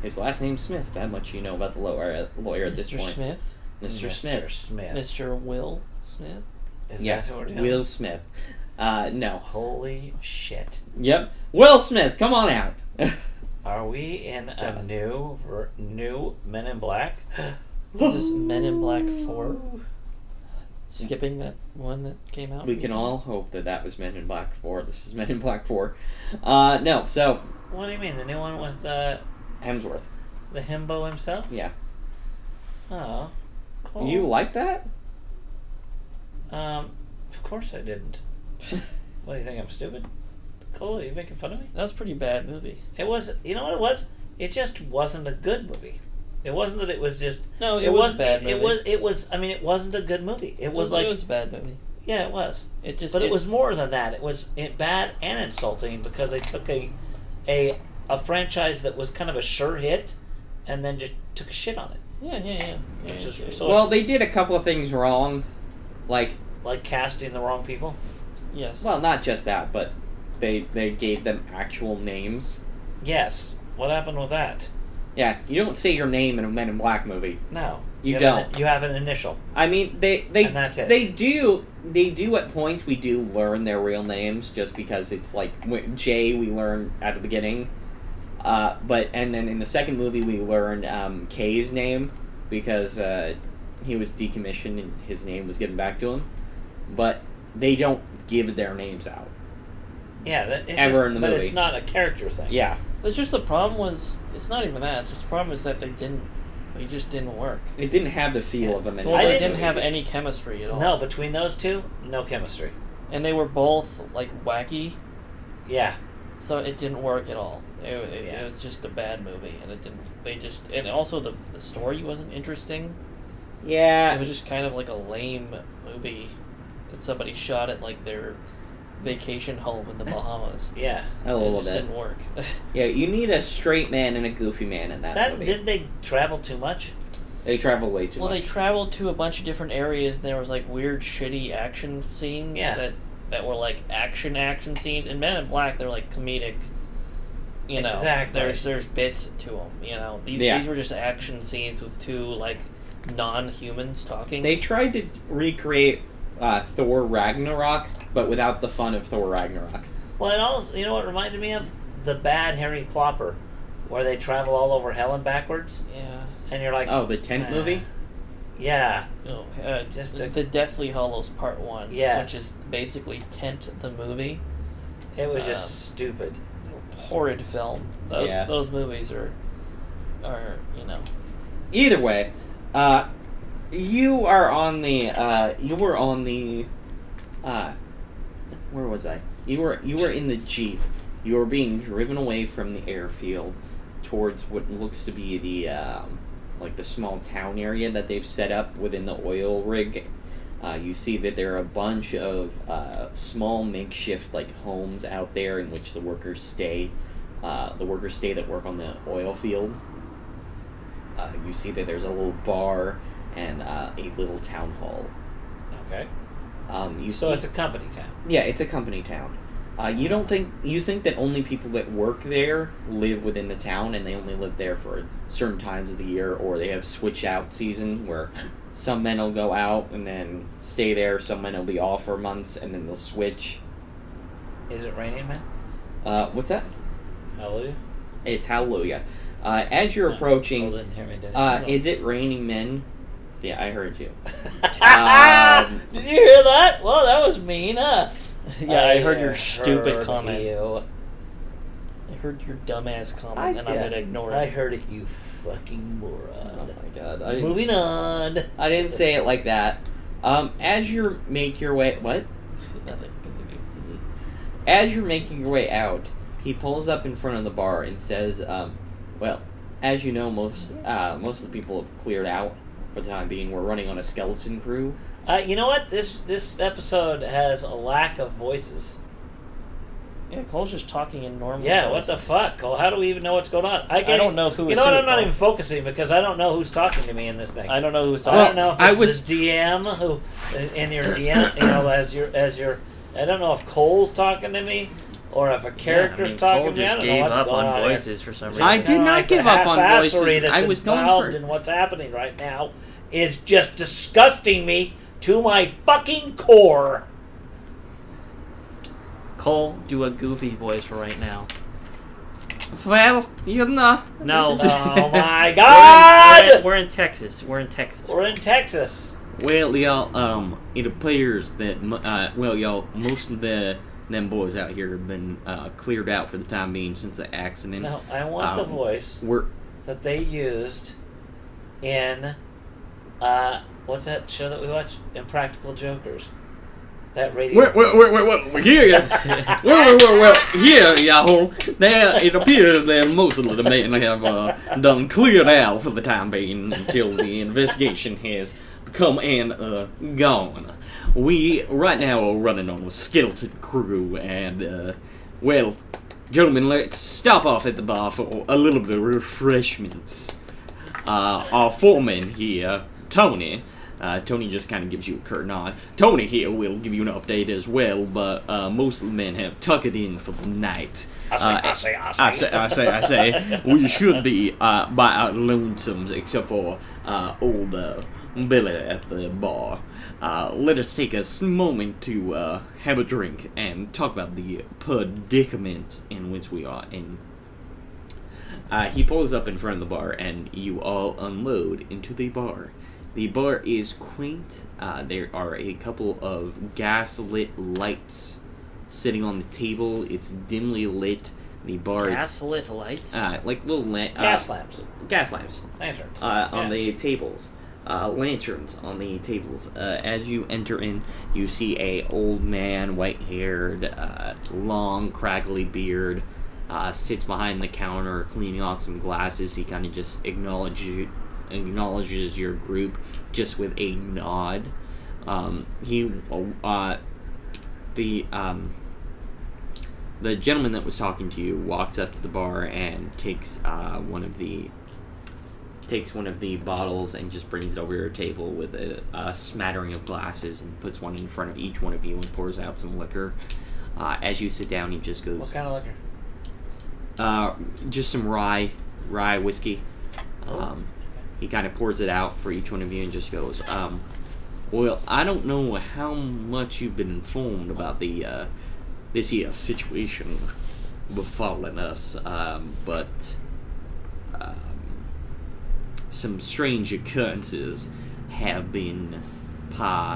S5: his last name's Smith. That much you know about the lawyer, lawyer at this
S4: Mr.
S5: point.
S4: Smith,
S5: Mr.
S3: Mr.
S5: Smith.
S3: Smith.
S4: Mr. Will Smith.
S3: Is that
S5: Yes,
S3: who we're doing?
S5: Will Smith. Uh, no.
S3: Holy shit!
S5: Yep. Will Smith, come on out. *laughs*
S3: Are we in
S5: Yeah.
S3: a new ver- new Men in
S5: *gasps*
S3: Black?
S4: Is this Men in Black Four? Skipping that one that came out.
S5: we can all hope that that was Men in Black 4. This is Men in Black 4. Uh, no, so,
S3: What do you mean the new one with uh,
S5: Hemsworth.
S3: the himbo himself?
S5: Yeah.
S3: Oh, cool.
S5: You like that?
S3: Um, of course I didn't. What do you think? I'm stupid. Cool. Are you making fun of me?
S4: That was a pretty bad movie.
S3: It was, you know what it was? It just wasn't a good movie. It wasn't that it was just.
S4: No, it was a
S3: wasn't-
S4: bad
S3: it, it
S4: movie.
S3: was. It was. I mean, it wasn't a good movie. It was like.
S4: it was a bad movie.
S3: yeah, it was.
S4: It just
S3: But it, was more than that. It was it, bad and insulting because they took a, a, a franchise that was kind of a sure hit, and then just took a shit on it,
S4: yeah yeah yeah. yeah,
S3: which
S4: yeah,
S3: is so.
S5: well, they did a couple of things wrong. Like,
S3: like casting the wrong people.
S4: yes.
S5: well, not just that, but they they gave them actual names.
S3: Yes. What happened with that?
S5: Yeah, you don't say your name in a Men in Black movie.
S3: No.
S5: You
S3: have an-
S5: don't.
S3: you have an initial.
S5: I mean, they they
S3: And that's it.
S5: they do they do at points we do learn their real names just because it's like when- Jay we learn at the beginning, uh, but and then in the second movie we learn um, K's name because uh, he was decommissioned and his name was given back to him, but they don't give their names out.
S3: Yeah. That, it's
S5: Ever
S3: just-
S5: in the
S3: but
S5: movie.
S3: it's not a character thing.
S5: Yeah,
S4: It's just the problem was it's not even that. Just the problem is that they didn't. They just didn't work.
S5: it didn't have the feel of a minute.
S4: Well,
S3: I
S4: they
S3: didn't-
S4: didn't have any chemistry at all.
S3: No, between those two, no chemistry.
S4: and they were both like wacky,
S3: Yeah.
S4: so it didn't work at all. It, it,
S3: Yeah.
S4: it was just a bad movie, and it didn't. They just and also the the story wasn't interesting. It
S5: Yeah,
S4: was just kind of like a lame movie that somebody shot at like their vacation home
S3: *laughs*
S4: in the Bahamas.
S3: Yeah.
S5: A
S4: it
S5: little
S4: just
S5: bit.
S4: didn't work. *laughs*
S5: Yeah, you need a straight man and a goofy man in that,
S3: That
S5: movie.
S3: did they travel too much?
S5: They travel way too
S4: well,
S5: much.
S4: they traveled to a bunch of different areas, and there was like weird, shitty action scenes
S3: Yeah.
S4: that that were like action action scenes. And Men in Black, they're like comedic. You know,
S3: Exactly.
S4: there's there's bits to them. You know, these
S5: Yeah.
S4: these were just action scenes with two like non-humans talking.
S5: They tried to recreate uh, Thor Ragnarok, but without the fun of Thor Ragnarok.
S3: Well, it also you know what it reminded me of the bad Harry Plopper, where they travel all over hell and backwards,
S4: yeah.
S3: and you're like,
S5: Oh, the tent
S4: Nah.
S5: movie?
S3: yeah,
S4: No, uh,
S3: Just
S4: just
S3: a-
S4: the Deathly Hollows Part One.
S3: Yes.
S4: which is basically Tent the movie.
S3: it was just
S4: Um,
S3: stupid.
S4: Horrid film. Tho-
S5: Yeah.
S4: Those movies are, are you know,
S5: Either way, uh, you are on the uh, you were on the uh, where was I? You were you were in the jeep. You were being driven away from the airfield towards what looks to be the um, like the small town area that they've set up within the oil rig. Uh, you see that there are a bunch of uh, small makeshift like homes out there in which the workers stay. Uh, the workers stay that work on the oil field. Uh, you see that there's a little bar and uh, a little town hall.
S3: Okay,
S5: Um, you
S3: so
S5: see,
S3: it's a company town.
S5: yeah, it's a company town. Uh, you don't think you think that only people that work there live within the town, and they only live there for certain times of the year, or they have switch out season where some men will go out and then stay there, some men will be off for months, and then they'll switch.
S3: Is it raining, man?
S5: Uh, what's that?
S3: Hallelujah.
S5: It's Hallelujah. Uh, as you're
S3: Oh, Paul
S5: approaching,
S3: didn't hear me, did he?
S5: uh,
S3: No.
S5: is it raining men? Yeah, I heard you. *laughs*
S3: *laughs*
S5: Um,
S3: Did you hear that? Well, that was mean,
S2: *laughs*
S3: huh?
S4: Yeah, I heard your stupid
S3: heard
S4: comment.
S3: you.
S4: I heard your dumbass comment,
S5: I-
S4: and I'm
S3: Yeah,
S4: gonna ignore
S3: I
S4: it.
S3: heard it, you fucking
S5: Oh
S3: moron.
S5: my god! I didn't
S3: Moving on.
S5: I didn't say it like that. Um, as you make your way, what?
S4: Nothing. Continue.
S5: As you're making your way out, he pulls up in front of the bar and says, um, "Well, as you know, most uh, most of the people have cleared out for the time being. We're running on a skeleton crew.
S3: Uh, you know what? This this episode has a lack of voices.
S4: Yeah, Cole's just talking in normal.
S3: Yeah, what
S4: voice.
S3: the fuck? Cole? How do we even know what's going on?
S4: I don't know who
S3: You
S4: is
S3: know
S4: who,
S3: what? I'm not
S4: Cole.
S3: even focusing because I don't know who's talking to me in this thing.
S4: I don't know who's
S3: I don't
S4: talking.
S3: know if it's
S5: I was-
S3: the DM who in your DM, you know, as your as your. I don't know if Cole's talking to me or if a character's
S2: yeah, I mean,
S3: talking
S2: Cole
S3: to me. I
S2: just
S3: don't
S2: gave
S3: know what's
S2: up
S3: going
S2: on
S3: on here.
S2: voices for some
S3: It's
S2: reason.
S5: I
S3: kinda
S5: did not
S3: like the
S5: give up on
S3: half-assery
S5: voices.
S3: That's
S5: I was going
S3: involved
S5: for-
S3: in what's happening right now is just disgusting me to my fucking core.
S2: Cole, do a goofy voice right now.
S5: Well, you know,
S2: No.
S3: *laughs* Oh
S5: *laughs*
S2: We're in- We're
S3: my
S2: in,
S3: god!
S2: we're in Texas. We're in Texas.
S3: We're in Texas.
S2: Well, y'all, um, it appears that, m- uh, well, y'all, most of the them boys out here have been uh, cleared out for the time being since the accident.
S3: No, I want the
S2: Um,
S3: voice
S2: We're
S3: that they used in uh, what's that show that we watch? Impractical Jokers. That radio.
S2: Well, well, well, well, well, here, yeah. well, well, well, well, here, y'all. There, it appears that most of the men have uh, done cleared out for the time being until the investigation has come and uh, gone. We right now are running on a skeleton crew, and uh, well, gentlemen, let's stop off at the bar for a little bit of refreshments uh, our foreman here, Tony. Uh, Tony just kind of gives you a curt nod. Tony here will give you an update as well, but uh, most of the men have tucked it in for the night.
S3: I say,
S2: Uh,
S3: I say, I say.
S2: I say, I say, I say. we should be uh, by our lonesomes, except for uh, old uh, Billy at the bar. Uh, let us take a s- moment to uh, have a drink and talk about the predicament in which we are in. Uh, he pulls up in front of the bar, and you all unload into the bar. The bar is quaint. Uh, there are a couple of gaslit lights sitting on the table. It's dimly lit. The bar is
S4: Gaslit lights.
S3: Ah.
S2: uh, like little la- uh,
S3: Gas lamps,
S2: gas lamps
S3: lanterns.
S2: uh, on
S3: Yeah.
S2: the tables. Uh, lanterns on the tables. Uh, as you enter in, you see a old man, white haired, uh, long crackly beard, uh, sits behind the counter cleaning off some glasses. He kind of just acknowledges you, acknowledges your group just with a nod. Um, he uh, the um, the gentleman that was talking to you walks up to the bar and takes uh, one of the takes one of the bottles and just brings it over your table with a, a smattering of glasses and puts one in front of each one of you and pours out some liquor. Uh, as you sit down, he just goes,
S3: What kind of liquor?
S2: uh, just some rye, rye whiskey. Um, he kind of pours it out for each one of you and just goes, um, "Well, I don't know how much you've been informed about the uh, this here situation befalling us, um, but um, some strange occurrences have been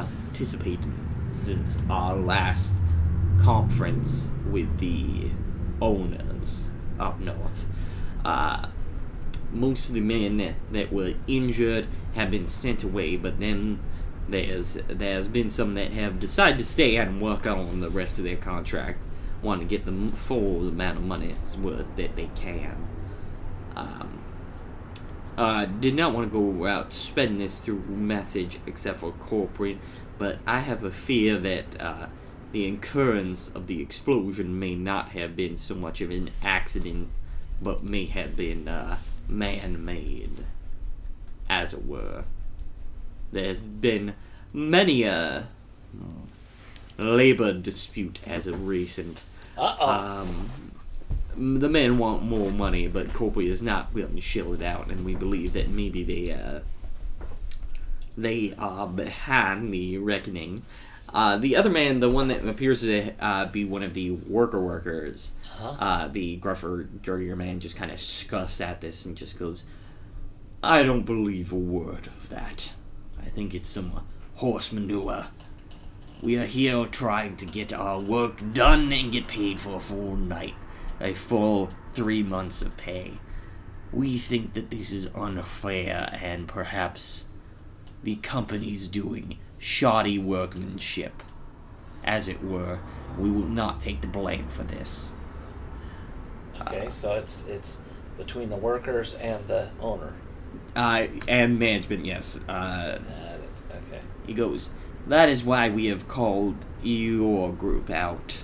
S2: participating since our last conference with the owners up north. Uh, most of the men that were injured have been sent away, but then there's there's been some that have decided to stay and work on the rest of their contract, want to get the m- full amount of money it's worth that they can. Um, uh, did not want to go out spreading this through message except for corporate, but I have a fear that uh, the occurrence of the explosion may not have been so much of an accident, but may have been uh, man made, as it were. There's been many a labor dispute as of recent.
S3: Uh oh.
S2: Um, the men want more money, but Corpy is not willing to shell it out, and we believe that maybe they uh, they are behind the reckoning. Uh, the other man, the one that appears to uh, be one of the worker workers, uh, the gruffer, dirtier man, just kind of scuffs at this and just goes, "I don't believe a word of that. I think it's some horse manure." We are here trying to get our work done and get paid for a full night, a full three months of pay. We think that this is unfair and perhaps the company's doing shoddy workmanship. As it were, we will not take the blame for this. Uh,
S3: okay, so it's it's between the workers and the owner.
S2: Uh, and management, yes. Uh,
S3: Uh, that's- okay.
S2: he goes, That is why we have called your group out.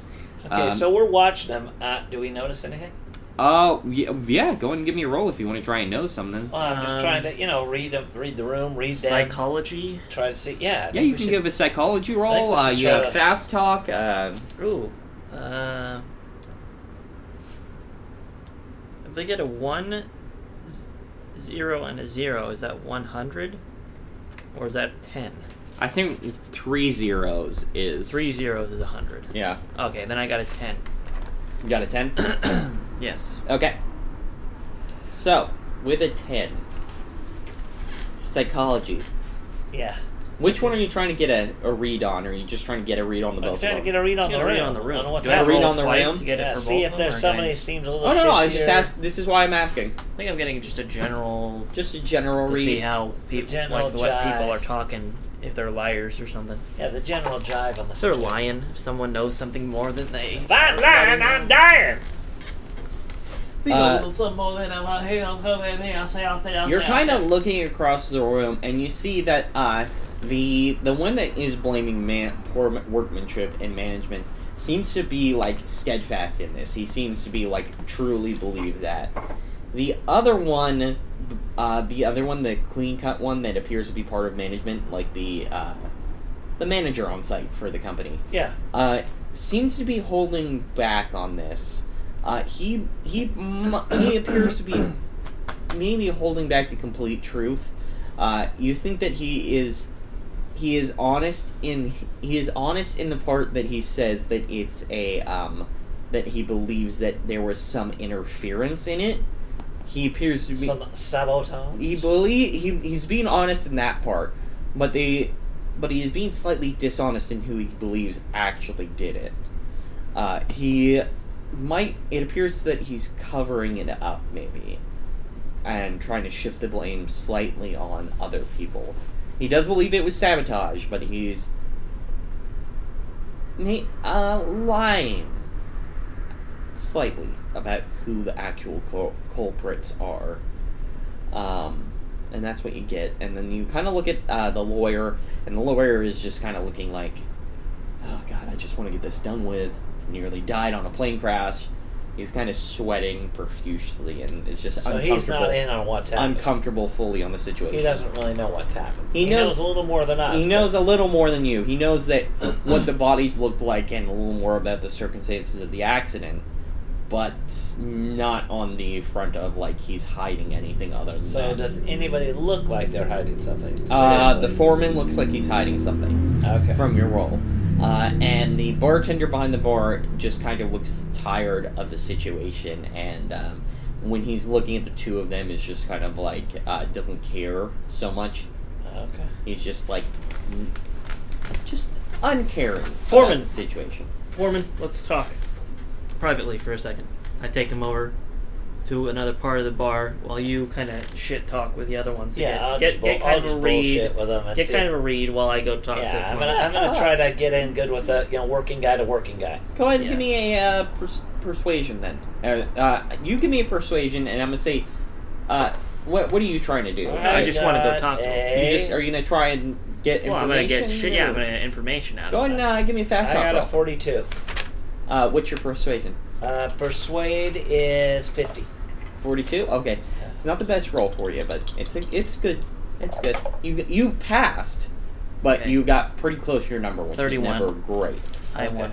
S3: Okay,
S2: Um,
S3: so we're watching them. Uh, do we notice anything?
S2: Uh, yeah, yeah, go ahead and give me a roll if you want to try and know something.
S3: Well, I'm just
S4: Um,
S3: trying to, you know, read 'em- read the room, read them,
S4: Psychology.
S3: try to see. Yeah. I
S2: Yeah,
S3: think
S2: you
S3: we
S2: can
S3: should-
S2: give a psychology
S3: think
S2: roll.
S3: we
S2: Uh,
S3: should
S2: you
S3: try
S2: have
S3: that.
S2: fast talk. Uh,
S4: Ooh. Uh, if they get a one, z- zero, and a zero, is that 100? Or is that 10?
S2: I think it's three zeros is
S4: Three zeros is 100.
S2: Yeah,
S4: Okay, then I got a 10.
S2: you got a ten.
S4: Yes.
S5: *coughs* Okay. So, with a 10, psychology.
S3: Yeah.
S5: Which one are you trying to get a, a read on? Or are you just trying to get a read on the
S3: I'm
S5: both
S3: trying to
S5: of
S3: get
S5: them?
S3: a read on
S4: You
S3: the
S4: gotta
S3: room.
S4: read on the room.
S3: Oh, I don't know what
S4: Do I
S3: that
S5: read
S3: roll
S5: on the
S3: twice
S5: room?
S4: To get it
S3: yeah,
S4: for
S3: see
S4: both
S3: if
S4: of them, or
S3: there's somebody
S4: can I
S3: that
S4: just-
S3: seems a little.
S5: Oh, no, no, I was
S3: shiftier.
S5: just ask. This is why I'm asking.
S4: I think I'm getting just a general
S5: Just a general
S4: to see
S5: read.
S4: how people
S3: general
S4: like what people
S3: jive.
S4: are talking if they're liars or something.
S3: Yeah, the general jive on the. *laughs*
S4: If they're lying, if someone knows something more than they
S3: If I'm lying, I'm dying.
S5: Think a little
S4: something more than I'm out here. I'm coming in here. I'll say. I'll say. I'll
S5: You're kind of looking across the room, and you see that uh, the the one that is blaming man poor ma- workmanship and management seems to be like steadfast in this. He seems to be like truly believe that. The other one, uh, the other one, the clean cut one that appears to be part of management, like the uh, the manager on site for the company,
S3: Yeah.
S5: uh, seems to be holding back on this. Uh, he he m- he appears to be maybe holding back the complete truth. Uh, you think that he is he is honest in he is honest in the part that he says that it's a um, that he believes that there was some interference in it. He appears to be
S3: Some sabotage.
S5: he believe he, he's being honest in that part, but they but he is being slightly dishonest in who he believes actually did it. Uh, he might it appears that he's covering it up maybe and trying to shift the blame slightly on other people. He does believe it was sabotage, but he's ma- uh, lying slightly about who the actual cul- culprits are. Um, and that's what you get. And then you kind of look at uh, the lawyer, and the lawyer is just kind of looking like, oh, God, I just want to get this done with.
S2: nearly died on a plane crash. He's kind of sweating profusely and is just
S3: So
S2: uncomfortable.
S3: he's not in on what's happening.
S2: uncomfortable fully on the situation.
S3: He doesn't really know what's happened.
S2: He knows-
S3: a little more than us.
S2: He
S3: but-
S2: knows a little more than you. He knows that what the bodies looked like and a little more about the circumstances of the accident, but not on the front of like he's hiding anything other than
S3: So
S2: that.
S3: does anybody look like they're hiding something?
S2: uh, the
S3: Seriously.
S2: foreman looks like he's hiding something
S3: okay.
S2: from your role, uh, and the bartender behind the bar just kind of looks tired of the situation, and um, when he's looking at the two of them, is just kind of like uh, doesn't care so much.
S3: okay.
S2: He's just like, n- just uncaring. about
S4: Foreman.
S2: the situation.
S4: Foreman, let's talk privately for a second. I take him over to another part of the bar while you kind of shit talk with the other ones. to
S3: Yeah, I'll
S4: get,
S3: just,
S4: get, get
S3: bull- I'll
S4: kind of a
S3: just
S4: read.
S3: bullshit with them. and
S4: Get
S3: see-
S4: kind of a read while I go talk to.
S3: yeah, I'm
S4: Foreman.
S3: gonna, I'm gonna try to get in good with the you know working guy to working guy.
S2: Go ahead and
S4: Yeah.
S2: give me a uh, pers- persuasion then. Uh, uh, you give me a persuasion, and I'm gonna say, uh, what what are you trying to do?
S4: I just wanna go
S3: Got
S4: talk to
S2: you
S4: him.
S3: a-
S2: just are you gonna try and get information?
S4: Well, I'm gonna get shit. Yeah,
S2: or-
S4: I'm gonna get information out
S2: Go
S4: of
S2: ahead and
S4: that.
S2: uh, give me a
S3: I
S2: fast
S3: got a
S2: off.
S3: 42.
S2: Uh, what's your persuasion?
S3: Uh, persuade is 50.
S2: Forty-two. Okay, it's not the best roll for you, but it's a, it's good. It's good. You you passed, but
S4: Okay.
S2: you got pretty close to your number, which
S4: 31.
S2: is never great.
S4: I
S3: Okay.
S4: won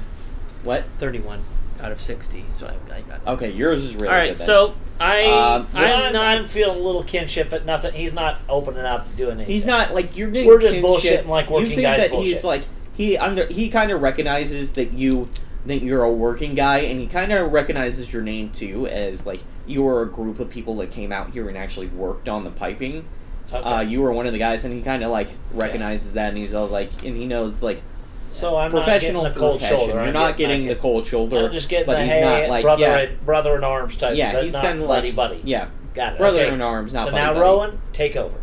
S2: What?
S4: 31 out of 60, so I, I got. it.
S2: Okay, yours is really
S4: All right,
S2: good. then.
S4: so I
S2: Um,
S4: I'm
S3: I'm,
S4: not
S3: I'm feeling a little kinship, but nothing. He's not opening up, doing anything.
S2: He's not like you're getting.
S3: We're just
S2: kinship.
S3: bullshitting like working
S2: You think
S3: guys
S2: that he's
S3: bullshit.
S2: like he under he kind of recognizes that you that you're a working guy, and he kind of recognizes your name too as like you were a group of people that came out here and actually worked on the piping.
S3: Okay.
S2: Uh, you were one of the guys, and he kind of like recognizes that, and he's all like, and he knows like
S3: so I'm
S2: professional
S3: not getting the cold
S2: profession.
S3: shoulder.
S2: You're
S3: I'm
S2: not getting
S3: I
S2: the
S3: get-
S2: cold shoulder.
S3: I'm just getting
S2: but
S3: the
S2: he's
S3: hey,
S2: not like
S3: brother,
S2: yeah,
S3: in- brother in arms type.
S2: yeah.
S3: but
S2: He's
S3: not
S2: kind of
S3: buddy
S2: like
S3: buddy.
S2: yeah,
S3: Got it.
S2: brother
S3: okay.
S2: in arms, not
S3: so
S2: buddy
S3: now
S2: buddy.
S3: Rowan, take over.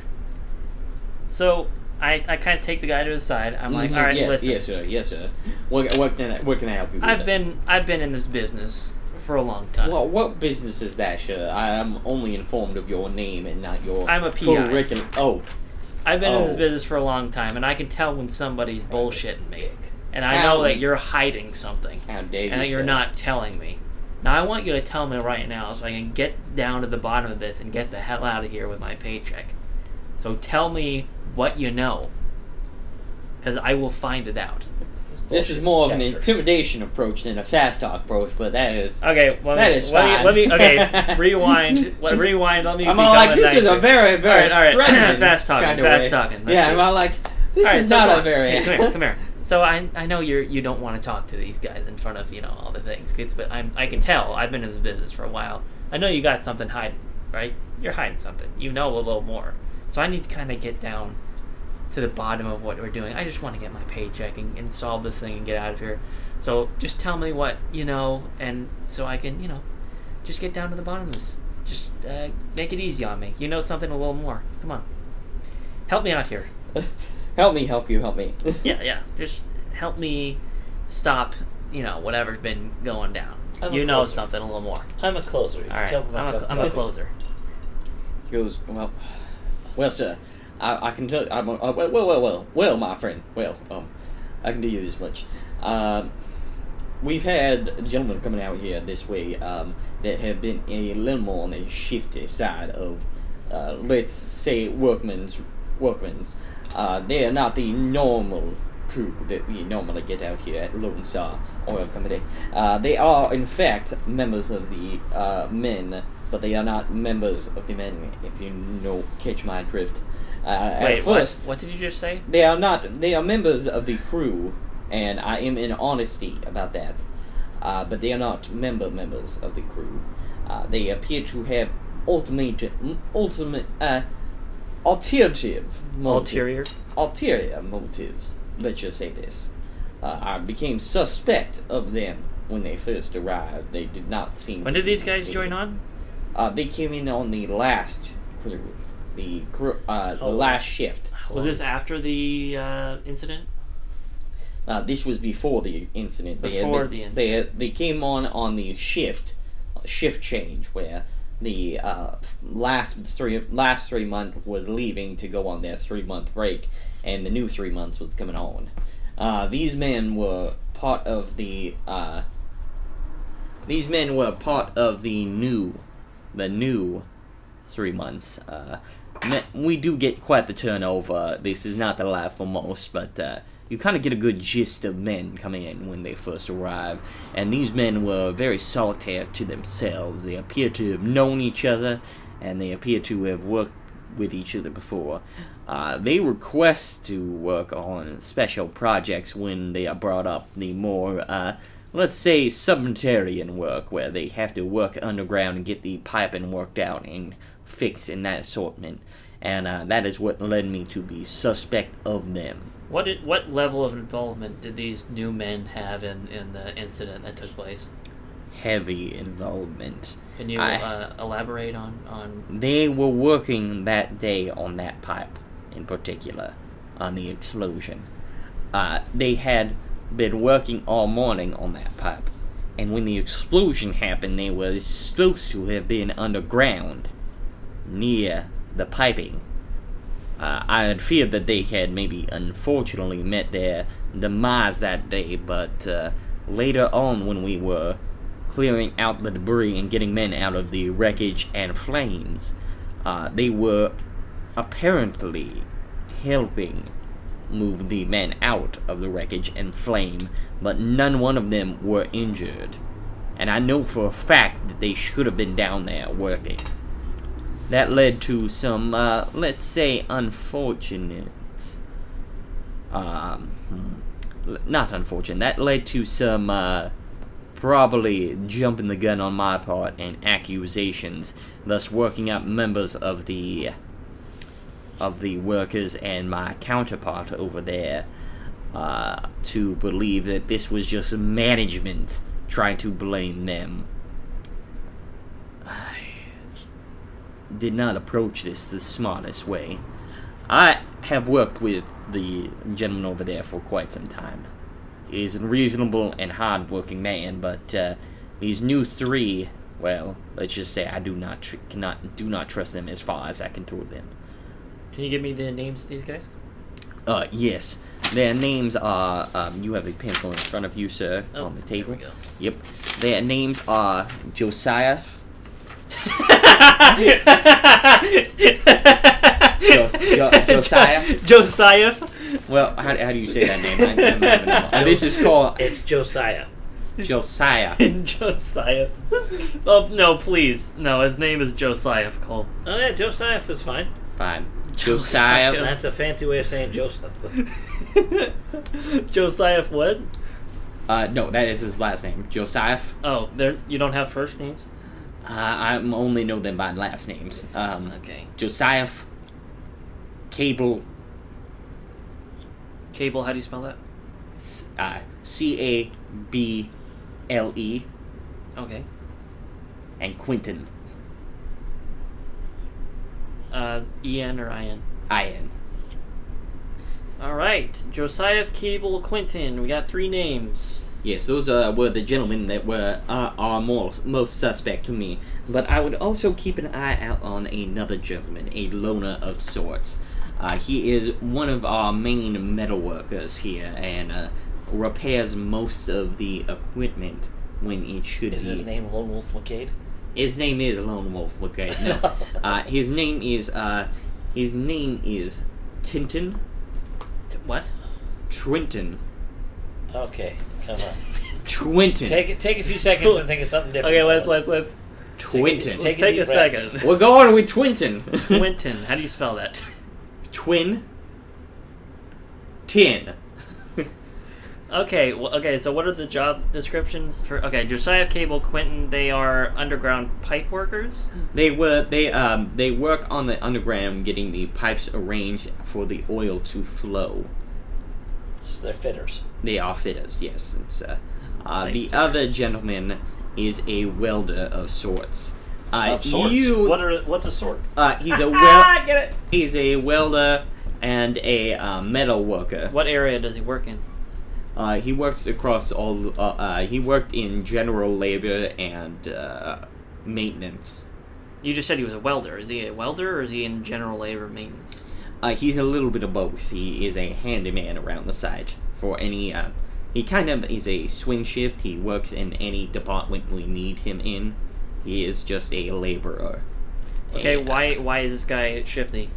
S4: so I, I kind of take the guy to the side. I'm like,
S2: Mhm,
S3: Mm-hmm,
S4: all right,
S2: yeah,
S4: listen.
S2: yes, sir, yes, sir. What, what can I, what can I help you? with?
S4: I've been I've been in this business for a long time.
S2: Well, what business is that, sir? I am only informed of your name and not your.
S4: I'm a PI.
S2: curriculum- Oh,
S4: I've been in this
S2: Oh.
S4: business for a long time, and I can tell when somebody's bullshitting me. And I know
S2: Ow.
S4: that you're hiding something,
S2: how dare you?
S4: and that you're
S2: sir.
S4: not telling me. Now, I want you to tell me right now so I can get down to the bottom of this and get the hell out of here with my paycheck. So tell me what you know, because I will find it out.
S2: This is more of an
S3: Bullshit detector.
S2: intimidation approach than a fast talk approach, but that is.
S4: Okay, well,
S2: That is
S4: let,
S2: fine.
S4: Me, let me *laughs* okay rewind. let, rewind. Let me.
S2: I'm
S4: be
S2: all like,
S4: kinda
S2: this is a
S4: nicer.
S2: very, very
S4: All right, all right.
S2: threatening
S4: *laughs* Fast talking,
S2: kinda
S4: fast
S2: way.
S4: talking. Let's
S2: Yeah,
S4: do
S2: I'm
S4: it.
S2: all like, this
S4: All right,
S2: is
S4: so
S2: not
S4: come
S2: a
S4: on.
S2: very.
S4: Come here,
S2: *laughs*
S4: come here. So I, I know you're you don't want to talk to these guys in front of you know all the things, 'cause- but I'm I can tell I've been in this business for a while. I know you got something hiding, right? You're hiding something. You know a little more. So I need to kind of get down to the bottom of what we're doing. I just want to get my paycheck and, and solve this thing and get out of here. So just tell me what you know, and so I can you know just get down to the bottom of this. Just uh, make it easy on me. You know something a little more. Come on, help me out here.
S2: *laughs* help me, help you, help me.
S4: Yeah, yeah. Just help me stop, you know, whatever's been going down.
S3: I'm a
S4: you know
S3: closer.
S4: something a little more.
S3: I'm a closer. You
S4: All
S3: can
S4: right,
S3: tell by
S4: I'm
S3: my
S4: a,
S3: cup-
S4: I'm a
S3: cup.
S4: closer.
S2: He goes, well, well, sir, I, I can tell. I'm, uh, well, well, well, well, well, my friend, well, um, I can tell you this much. Um, we've had a gentleman coming out here this way um, that have been a little more on the shifty side of, uh, let's say, workmen's workmen's. Uh, they are not the normal crew that we normally get out here at Lone Star Oil Company. Uh, they are, in fact, members of the uh, men, but they are not members of the men. If you know, catch my drift. Uh,
S4: Wait,
S2: at first,
S4: what? What did you just say?
S2: they are not. They are members of the crew, and I am in honesty about that. Uh, but they are not member members of the crew. Uh, they appear to have ultimate, ultimate, uh, alternative, motive-
S4: Ulterior.
S2: ulterior motives. Let's just say this. Uh, I became suspect of them when they first arrived. They did not seem.
S4: When
S2: to
S4: did these
S2: be
S4: guys join
S2: able-
S4: on?
S2: Uh, they came in on the last crew, the crew, uh, the
S3: Oh.
S2: last shift.
S4: Was this after the uh, incident?
S2: Uh, this was before the incident.
S4: Before
S2: they,
S4: the
S2: they- They, came on on the shift, shift change where the uh, last three last three month was leaving to go on their three month break, and the new three months was coming on. Uh, these men were part of the uh, These men were part of the new, the new, three months. Uh, me- we do get quite the turnover. This is not the life for most, but uh, you kind of get a good gist of men coming in when they first arrive. And these men were very solitary to themselves. They appear to have known each other, and they appear to have worked with each other before. Uh, they request to work on special projects when they are brought up, the more, uh, let's say, subterranean work, where they have to work underground and get the piping worked out and fixed in that assortment. And uh, that is what led me to be suspect of them.
S4: What did, what level of involvement did these new men have in, in the incident that took place?
S2: Heavy involvement.
S4: Can you
S2: I-
S4: uh, elaborate on, on
S2: They were working that day on that pipe, in particular, on the explosion. Uh, they had been working all morning on that pipe, and when the explosion happened, they were supposed to have been underground, near the piping. Uh, I had feared that they had maybe unfortunately met their demise that day, but uh, later on, when we were clearing out the debris and getting men out of the wreckage and flames, uh, they were apparently helping move the men out of the wreckage and flame, but none one of them were injured. And I know for a fact that they should have been down there working. That led to some, uh, let's say, unfortunate. Um, hmm, l- not unfortunate. That led to some, uh, probably jumping the gun on my part and accusations, thus working up members of the of the workers and my counterpart over there uh, to believe that this was just management trying to blame them. I did not approach this the smartest way. I have worked with the gentleman over there for quite some time. He is a reasonable and hard-working man, but uh, these new three, well, let's just say I do not tr- cannot do not trust them as far as I can throw them.
S4: Can you give me the names of these guys?
S2: Uh, yes. Their names are. Um, you have a pencil in front of you, sir,
S4: Oh,
S2: on the
S4: there
S2: table.
S4: we go.
S2: Yep. Their names are Josiah.
S4: Jos-
S2: Jo- Josiah?
S4: *laughs* Josiah.
S2: *laughs* Well, how, how do you say that name? I, I'm not even
S4: *laughs*
S2: know. Uh, this is called
S3: It's Josiah.
S2: Josiah.
S4: Josiah. Oh no, please. No, his name is Josiah Cole. *laughs*
S3: Oh yeah, Josiah is fine.
S2: Fine.
S4: Josiah.
S2: Josiah.
S3: That's a fancy way of saying Joseph.
S4: Josiah what?
S2: Uh, no, that is his last name. Josiah.
S4: Oh, there you don't have first names?
S2: Uh, I only know them by last names. Um,
S4: Okay.
S2: Josiah. Cable.
S4: Cable, how do you spell that?
S2: s- Uh, C A B L E
S4: Okay.
S2: and Quinton.
S4: Uh E N or I N.
S2: I N.
S4: Alright. Josiah Cable Quinton. We got three names.
S2: Yes, those uh, were the gentlemen that were uh, are most, most suspect to me. But I would also keep an eye out on another gentleman, a loner of sorts. Uh, he is one of our main metal workers here and uh, repairs most of the equipment when it should
S3: Is
S2: be.
S3: his name Lone Wolf McCade? *laughs*
S2: His name is Lone Wolf. Okay, no. uh, his name is uh, his name is Tintin
S4: T- What?
S2: Trenton
S3: Okay,
S2: *laughs*
S3: come on.
S2: Twinton.
S3: Take it. Take a few seconds and think of something different.
S4: Okay, let's let's let's
S2: Twinton.
S4: Let's
S3: Take a
S4: take a
S3: deep breath.
S4: second.
S2: We're going with Twinton.
S4: Quinton, how do you spell that? *laughs*
S2: Twin. Tin. *laughs*
S4: Okay, well, okay. So, what are the job descriptions for? Okay, Josiah Cable Quinton. They are underground pipe workers.
S2: they were they um they work on the underground getting the pipes arranged for the oil to flow.
S3: So they're fitters.
S2: They are fitters, yes. It's, uh, uh,
S4: Like
S2: the
S4: fitters.
S2: other gentleman is a welder of sorts. Uh,
S3: Of sorts.
S2: You,
S3: What are what's a sort?
S2: uh, *laughs* he's
S3: *laughs*
S5: *laughs*
S2: a wel-
S5: get it.
S2: he's a welder and a uh, metal worker.
S4: What area does he work in?
S2: Uh, he works across all. Uh, uh, he worked in general labor and uh, maintenance.
S4: You just said he was a welder. Is he a welder or is he in general labor maintenance?
S2: Uh, he's a little bit of both. He is a handyman around the site for any uh, He kind of is a swing shift. He works in any department we need him in. He is just a laborer.
S4: Okay,
S2: And, uh,
S4: why why is this guy shifty?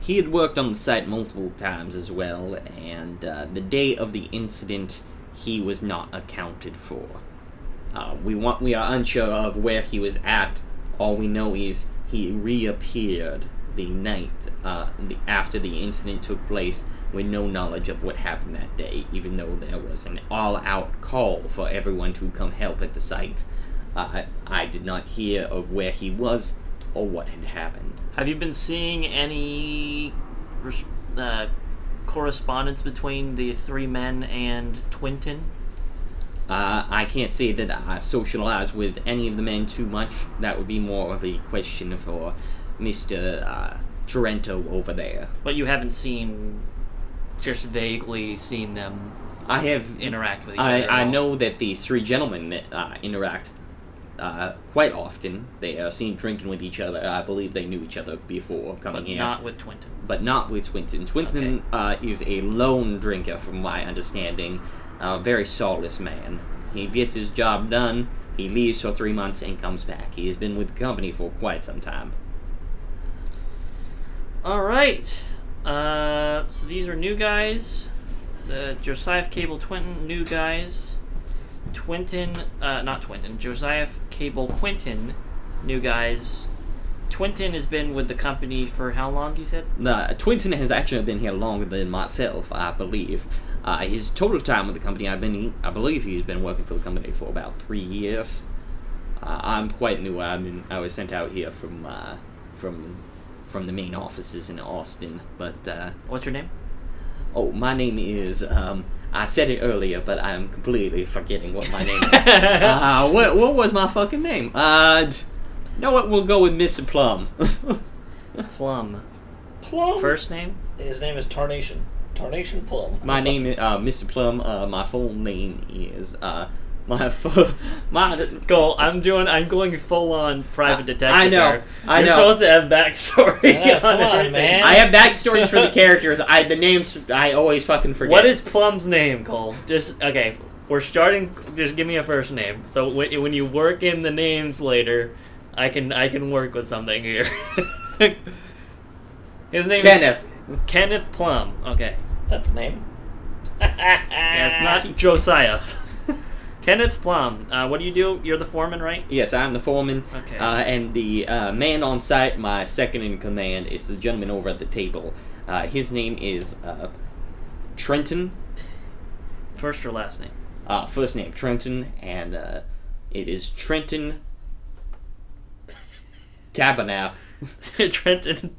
S2: He had worked on the site multiple times as well, and uh, the day of the incident, he was not accounted for. Uh, we want we are unsure of where he was at. All we know is he reappeared the night uh, the, after the incident took place, with no knowledge of what happened that day. Even though there was an all-out call for everyone to come help at the site, uh, I did not hear of where he was or what had happened.
S4: Have you been seeing any res- uh, correspondence between the three men and Twinton?
S2: Uh, I can't say that I socialize with any of the men too much. That would be more of a question for Mr. Uh, Torrento over there.
S4: But you haven't seen, just vaguely seen them
S2: I have
S4: interact with each
S2: I,
S4: other. at
S2: I
S4: all.
S2: know that the three gentlemen that uh, interact uh, quite often. They are seen drinking with each other. I believe they knew each other before coming
S4: but
S2: here.
S4: not with Twinton.
S2: but not with Swinton. Swinton uh, is a lone drinker, from my understanding. A very soulless man. He gets his job done, he leaves for three months, and comes back. He has been with the company for quite some time.
S4: All right. Uh, so these are new guys. The Joseph Cable Twinton, new guys. Twinton, uh, not Twinton. Joseph Cable Quinton, new guys. Twinton has been with the company for how long? You said.
S2: Uh, Twinton has actually been here longer than myself, I believe. Uh, his total time with the company, I've been, I believe he's been working for the company for about three years. Uh, I'm quite new. I mean, I was sent out here from uh, from from the main offices in Austin, but uh,
S4: What's your name?
S2: Oh, my name is. Um, I said it earlier, but I'm completely forgetting what my name
S4: *laughs*
S2: is. uh, what what was my fucking name? Uh, d- you know what? We'll go with Mr.
S4: *laughs*
S2: Plum.
S4: Plum.
S3: Plum.
S4: First name?
S3: His name is Tarnation. Tarnation Plum.
S2: my name is uh, Mr. Plum. Uh, my full name is. Uh, my full my.
S4: Go. I'm doing. I'm going full on private
S2: I-
S4: detective.
S2: I know,
S4: here.
S2: I
S4: You're
S2: know.
S4: supposed to have backstory
S3: Yeah,
S4: *laughs* on
S3: come on,
S4: everything.
S3: man.
S2: I have backstories for the characters. I the names I always fucking forget.
S4: What is Plum's name, Cole? Just okay. We're starting. Just give me a first name. So when, when you work in the names later, I can I can work with something here. *laughs* His name
S2: Kenneth?
S4: is Kenneth Plum. Okay,
S3: That's the name.
S4: that's not *laughs* Josiah. Kenneth Plum. Uh, what do you do? You're the foreman, right?
S2: Yes, I'm the foreman.
S4: Okay.
S2: Uh, and the uh, man on site, my second in command, is the gentleman over at the table. Uh, his name is uh, Trenton.
S4: First or last name? *laughs*
S2: Uh, first name Trenton, and uh, it is Trenton Tabernap.
S4: Trenton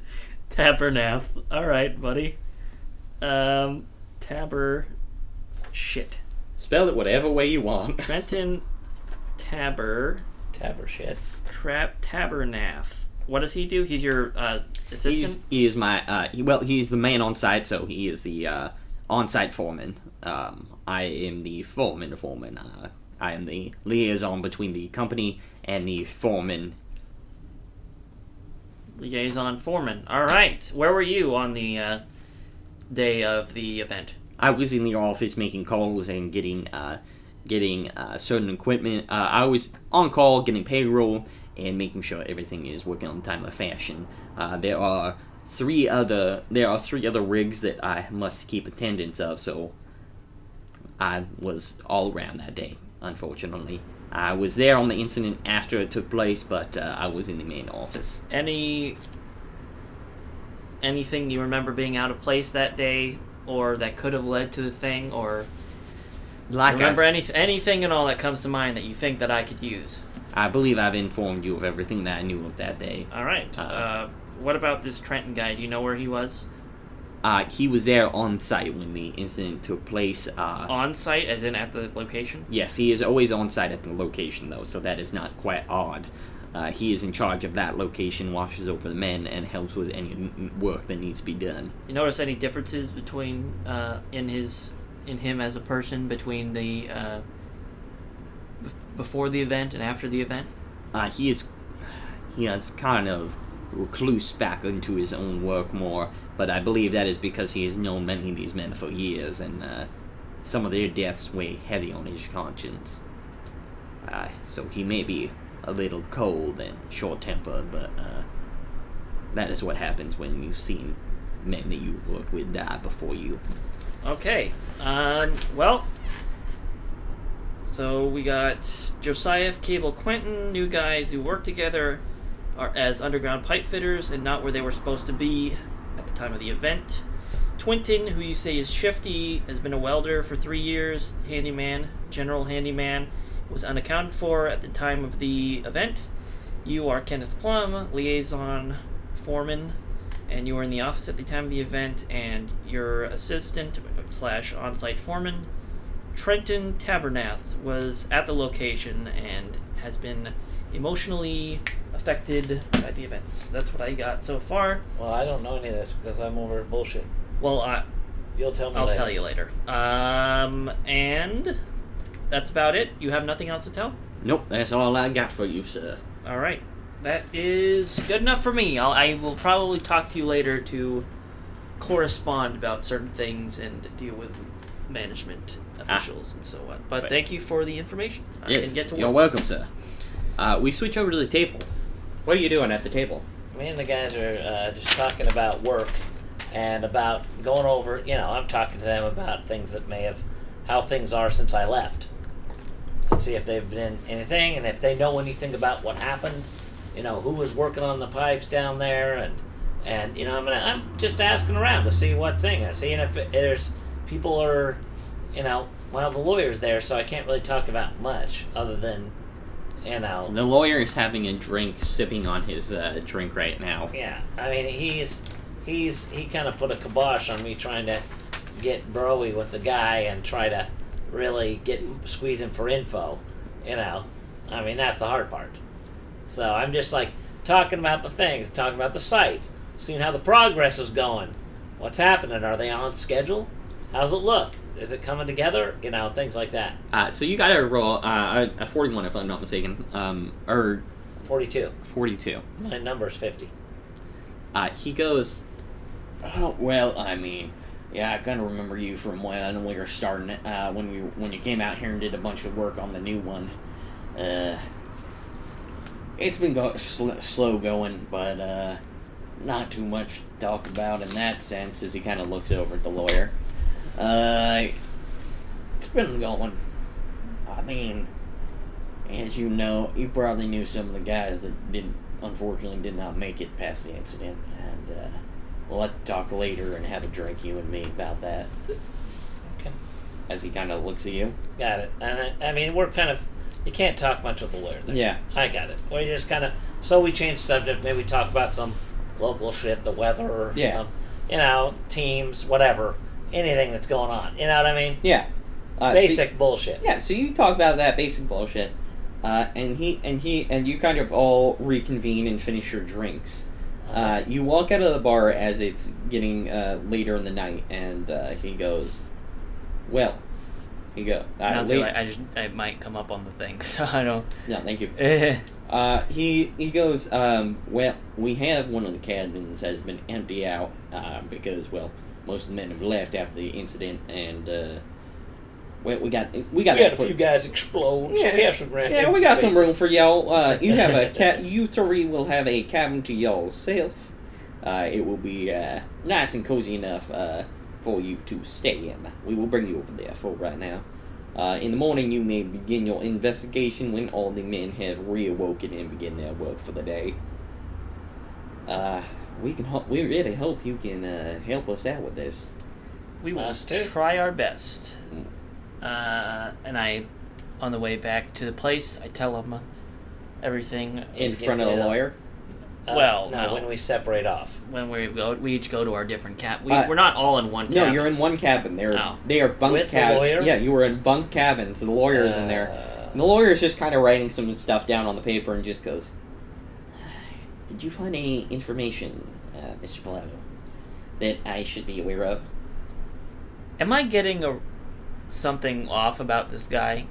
S4: Tabernath. All right, buddy. Um, Taber. Shit.
S2: Spell it whatever way you want.
S4: Trenton Taber
S3: Tab or shit.
S4: Trap Tabernath. What does he do? He's your uh, assistant.
S2: He's, he is my uh, he, well. He's the man on site, so he is the uh, on-site foreman. Um, I am the foreman. Foreman. Uh, I am the liaison between the company and the foreman
S4: Liaison foreman. All right. Where were you on the uh, day of the event?
S2: I was in the office making calls and getting uh, getting uh, certain equipment. Uh, I was on call, getting payroll, and making sure everything is working on time of fashion. Uh, there are three other there are three other rigs that I must keep attendance of, so I was all around that day. Unfortunately, I was there on the incident after it took place, but uh, I was in the main office.
S4: Any anything you remember being out of place that day, or that could have led to the thing, or
S2: Like
S4: remember
S2: I, s-
S4: any, anything at all that comes to mind that you think that I could use?
S2: I believe I've informed you of everything that I knew of that day.
S4: All right.
S2: Uh,
S4: Uh, what about this Trenton guy? Do you know where he was
S2: Uh, he was there on site when the incident took place. Uh,
S4: on site, as in at the location?
S2: yes, he is always on site at the location, though, so that is not quite odd. Uh, he is in charge of that location, watches over the men, and helps with any m- m- work that needs to be done.
S4: You notice any differences between uh, in his in him as a person between the uh, b- before the event and after the event?
S6: Ah,
S2: Uh, he is. He has kind of recluse back into his own work more, but I believe that is because he has known many of these men for years and uh,
S6: some of their deaths weigh heavy on his conscience. Uh, so he may be a little cold and short tempered, but uh, that is what happens when you've seen men that you've worked with die before you.
S4: Okay. Um, well, so we got Josiah, Cable, Quentin, new guys who work together are as underground pipe fitters and not where they were supposed to be at the time of the event. Twinton, who you say is shifty, has been a welder for three years, handyman, general handyman, was unaccounted for at the time of the event. You are Kenneth Plum, liaison foreman, and you were in the office at the time of the event, and your assistant slash on-site foreman, Trenton Tabernath, was at the location and has been emotionally affected by the events. That's what I got so far.
S3: Well, I don't know any of this because I'm over at bullshit.
S4: Well, I,
S3: You'll tell me.
S4: I'll
S3: later.
S4: tell you later. Um, and that's about it. You have nothing else to tell?
S6: Nope, that's all I got for you, sir.
S4: All right. That is good enough for me. I'll, I will probably talk to you later to correspond about certain things and deal with management officials and so on. But
S6: Fair.
S4: thank you for the information. I
S6: yes,
S4: can get to
S6: you're
S4: work.
S6: welcome, sir. Uh, we switch over to the table.
S2: What are you doing at the table?
S3: Me and the guys are uh, just talking about work and about going over. You know, I'm talking to them about things that may have, how things are since I left, and see if they've been anything and if they know anything about what happened. You know, who was working on the pipes down there, and and you know, I'm gonna, I'm just asking around to see what thing, I see if it- there's people are, you know, well the lawyer's there, so I can't really talk about much other than, you know,
S6: The lawyer is having a drink, sipping on his uh, drink right now.
S3: Yeah, I mean he's he's he kind of put a kibosh on me trying to get broy with the guy and try to really get squeeze him for info. You know, I mean that's the hard part. So I'm just like talking about the things, talking about the site, seeing how the progress is going, what's happening, are they on schedule, how's it look, is it coming together, you know, things like that.
S6: Uh, so you got to roll uh, a- a 41, if I'm not mistaken, um, or
S3: Forty-two.
S6: 42.
S3: My number's fifty.
S6: Uh, he goes,
S2: Oh, well, I mean, yeah, I kind of remember you from when we were starting it, uh, when we when you came out here and did a bunch of work on the new one. Uh, it's been go- sl- slow going, but uh, not too much to talk about in that sense. As he kind of looks over at the lawyer, uh, it's been going. I mean, as you know, you probably knew some of the guys that didn't, unfortunately, did not make it past the incident, and. Uh, We'll have to talk later and have a drink, you and me, about that.
S3: Okay.
S2: As he kind of looks at you.
S3: Got it. And I, I mean, we're kind of you can't talk much with the lawyer. There.
S2: Yeah.
S3: I got it. We just kind of so we change subject. Maybe talk about some local shit, the weather, or
S2: Yeah.
S3: some, you know, teams, whatever, anything that's going on. You know what I mean?
S2: Yeah. Uh, so-
S3: Basic bullshit.
S2: yeah. So you talk about that basic bullshit, uh, and he and he and you kind of all reconvene and finish your drinks. Uh, you walk out of the bar as it's getting uh, later in the night, and uh, he goes, "Well." He go. Uh, late-
S4: Not till I, I just I might come up on the thing, *laughs* so I don't.
S2: no, thank you.
S4: Eh.
S2: Uh, he he goes. Um, well, we have one of the cabins has been empty out uh, because well, most of the men have left after the incident, and uh, well, we got we got
S3: We had a
S2: that
S3: few
S2: for-
S3: guys explode.
S2: Yeah.
S3: So we have some rent.
S2: yeah, we got some room for y'all. Uh, you have a cat. You three will have a cabin to yourself. Uh, it will be uh, nice and cozy enough uh, for you to stay in. We will bring you over there for right now. Uh, in the morning, you may begin your investigation when all the men have reawoken and begin their work for the day. Uh, we can. Ho- we really hope you can uh, help us out with this.
S4: We will
S3: Us too.
S4: try our best. Uh, and I, on the way back to the place, I tell him everything.
S2: In
S3: Yeah,
S2: front of the
S3: yeah.
S2: lawyer.
S3: Uh,
S4: Well,
S3: no,
S4: no.
S3: when we separate off.
S4: When we go, we each go to our different cap. We,
S2: Uh,
S4: we're not all in one.
S2: No,
S4: cabin.
S2: you're in one cabin. They're
S4: Oh.
S2: they are bunk
S3: With the
S2: cabin.
S3: lawyer?
S2: Yeah, you were in bunk cabin, so the lawyer's in there.
S3: Uh,
S2: And the lawyer's just kind of writing some stuff down on the paper and just goes, *sighs* "Did you find any information, uh, Mr. Palavo, that I should be aware of?"
S4: Am I getting a something off about this guy?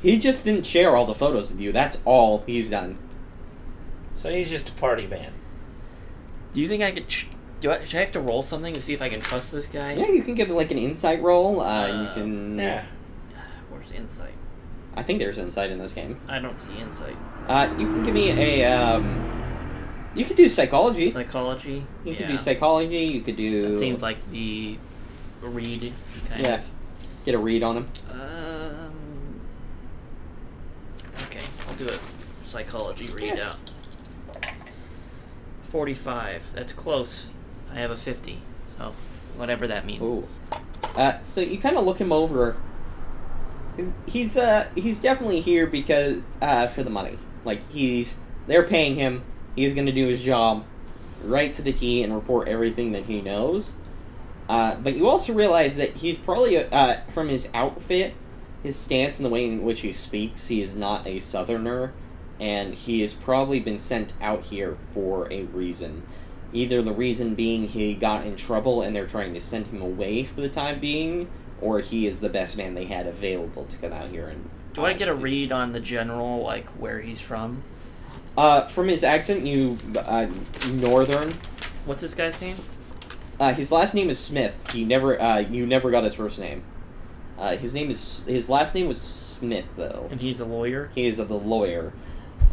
S2: He just didn't share all the photos with you. That's all he's done.
S3: So he's just a party man.
S4: Do you think I could ch- Do I, should I have to roll something to see if I can trust this guy?
S2: Yeah, you can give it like an insight roll. Uh,
S4: Uh,
S2: you can.
S3: Yeah.
S4: Where's insight?
S2: I think there's insight in this game.
S4: I don't see insight.
S2: Uh, you can give me a. Um, you could do psychology.
S4: Psychology.
S2: you could
S4: Yeah.
S2: do psychology. You could do.
S4: That seems like the read kind
S2: Yeah. Get a read on him.
S4: of. Um. Okay, I'll do a psychology readout.
S2: Yeah.
S4: Forty-five. That's close. I have a fifty. So, whatever that means.
S2: Ooh. Uh, so you kind of look him over. He's- He's uh he's definitely here because uh for the money. Like he's they're paying him. He's gonna do his job, right to the T, and report everything that he knows. Uh, but you also realize that he's probably uh from his outfit, his stance, and the way in which he speaks, he is not a Southerner, and he has probably been sent out here for a reason. Either the reason being he got in trouble and they're trying to send him away for the time being, or he is the best man they had available to come out here and.
S4: Do I get a read on the general, like where he's from?
S2: Uh, from his accent, you uh, northern.
S4: What's this guy's name?
S2: Uh, his last name is Smith. He never. Uh, you never got his first name. Uh, his name is. His last name was Smith, though.
S4: And he's a lawyer.
S2: He is the lawyer.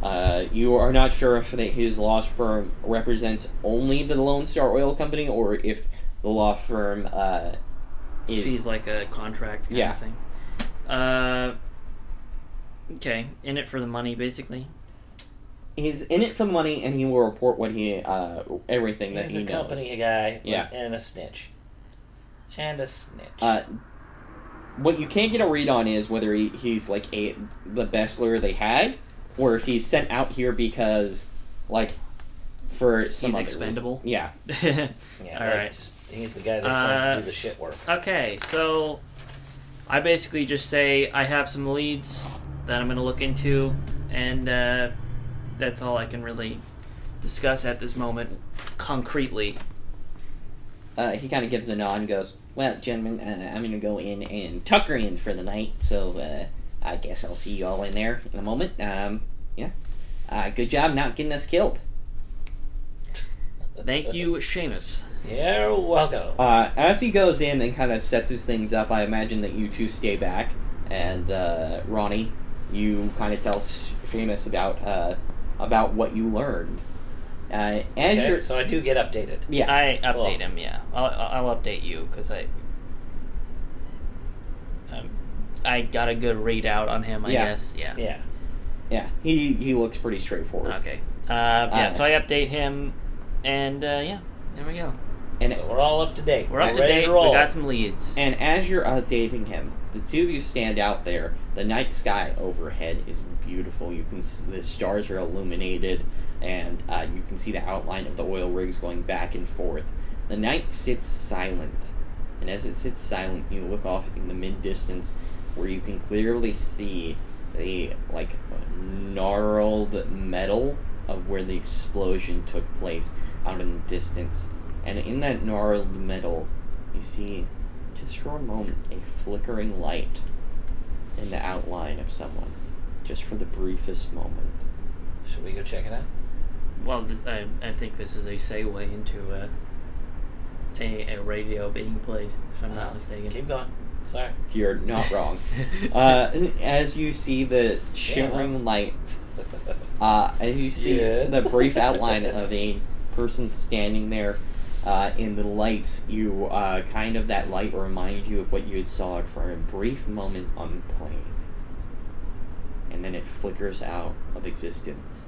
S2: Uh, you are not sure if that his law firm represents only the Lone Star Oil Company or if the law firm uh,
S4: If
S2: is.
S4: he's like a contract kind
S2: Yeah.
S4: of thing. Uh. Okay, in it for the money, basically. *laughs*
S2: he's in it for the money, and he will report what he uh, everything that
S3: He's
S2: he
S3: a
S2: knows.
S3: company guy
S2: Yeah.
S3: and a snitch. And a snitch.
S2: Uh, what you can't get a read on is whether he, he's like a the best lawyer they had, or if he's sent out here because, like, for some
S4: He's
S2: other reason.
S4: expendable?
S2: Yeah,
S3: yeah,
S4: all
S3: that
S4: right.
S3: just- he's the guy that's sent
S4: Uh,
S3: to do the shit work.
S4: Okay, so I basically just say I have some leads that I'm going to look into, and uh, that's all I can really discuss at this moment concretely.
S2: uh, he kind of gives a nod and goes, "Well, gentlemen, uh, I'm gonna go in and tucker in for the night, so uh, I guess I'll see you all in there in a moment." Um, yeah, uh, good job not getting us killed.
S4: Thank you, Seamus.
S3: You're welcome.
S2: Uh, as he goes in and kind of sets his things up, I imagine that you two stay back, and uh, Ronnie, you kind of tell Sh- Seamus about uh, about what you learned. Uh, as
S3: Okay,
S2: you're,
S3: so I do get updated.
S2: yeah,
S4: I update
S3: Cool.
S4: him, yeah. I'll, I'll I'll update you because I um, I got a good readout on him, I
S2: Yeah.
S4: guess. Yeah.
S3: Yeah.
S2: yeah, he he looks pretty straightforward.
S4: Okay. Uh, yeah,
S2: Uh,
S4: so I update him, and uh, yeah, there we go.
S2: And
S3: so we're all up to date.
S4: We're up to
S3: ready
S4: date.
S3: To roll.
S4: We got some leads.
S2: and as you're updating him, the two of you stand out there. The night sky overhead is beautiful. You can s- the stars are illuminated, and uh, you can see the outline of the oil rigs going back and forth. The night sits silent, and as it sits silent, you look off in the mid distance where you can clearly see the like gnarled metal of where the explosion took place out in the distance. And in that gnarled metal, you see just for a moment a flickering light in the outline of someone, just for the briefest moment.
S3: Should we go check it out?
S4: Well, this, I, I think this is a segue into a, a, a radio being played, if I'm
S3: Uh,
S4: not mistaken.
S3: Keep going. Sorry.
S2: If
S3: *laughs*
S2: you're not wrong. uh, as you see the shimmering
S3: well.
S2: light, uh, as you see
S3: Yes.
S2: the brief outline of a person standing there uh, in the lights, you uh, kind of that light reminds you of what you had saw for a brief moment on the plane. And then it flickers out of existence.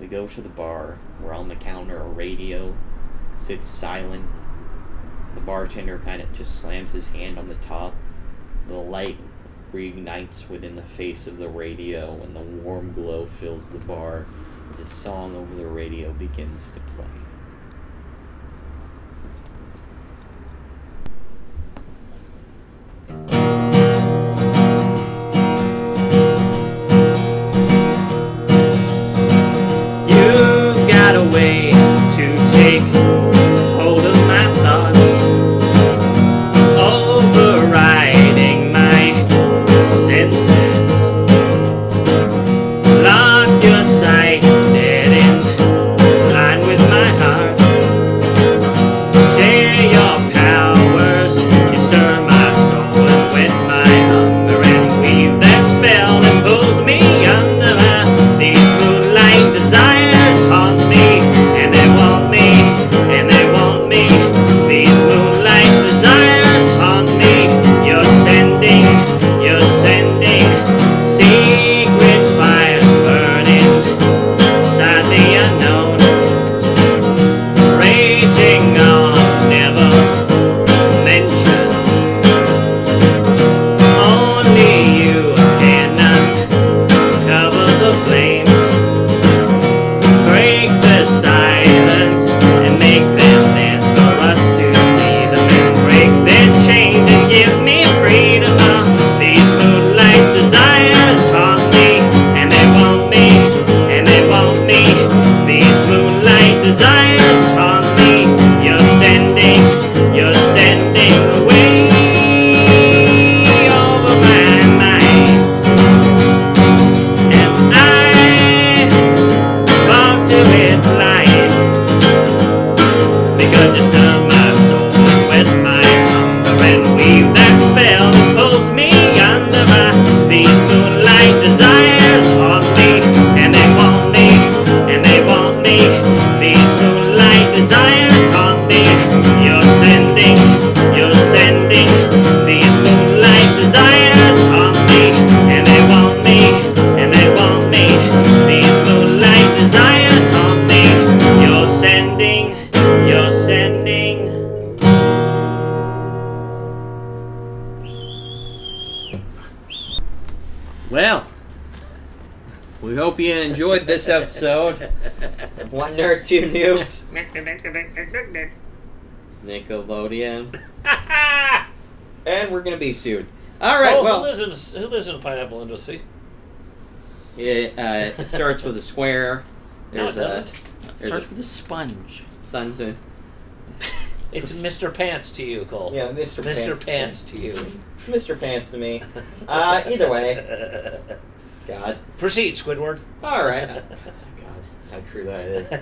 S2: We go to the bar, where on the counter a radio sits silent. The bartender kind of just slams his hand on the top. The light reignites within the face of the radio, and the warm glow fills the bar as a song over the radio begins to play.
S4: You've got a way to take hold of my thoughts, overriding my senses. Lock your sight dead in line with my heart.
S7: desires from me. You're sending, you're sending away over my mind. And I fall to it lying. Because you stir my soul with my hunger and weave that spell that pulls me under my these moonlight desires haunt me and they want me and they want me these moonlight desires haunt me you're sending you're sending these moonlight desires haunt me and they want me and they want me these moonlight desires haunt me you're sending you're sending
S8: Well,
S2: We hope you enjoyed this episode. of *laughs* One nerd, two noobs. Nickelodeon. and we're gonna be sued. All right.
S3: oh,
S2: well,
S3: who lives in who lives in the pineapple industry?
S2: it, uh, it starts with a square.
S3: No, it
S2: There's a
S3: doesn't.
S2: there's
S8: starts with a sponge.
S2: a sun.
S3: It's Mr. Pants to you, Cole.
S2: Yeah, Mr.
S3: Mr.
S2: Pants.
S3: Pants, to you.
S2: It's Mr. Pants to *laughs* me. Uh, either way. God.
S3: *laughs* Proceed, Squidward.
S2: All
S3: *laughs*
S2: right. Oh, God, how true that is.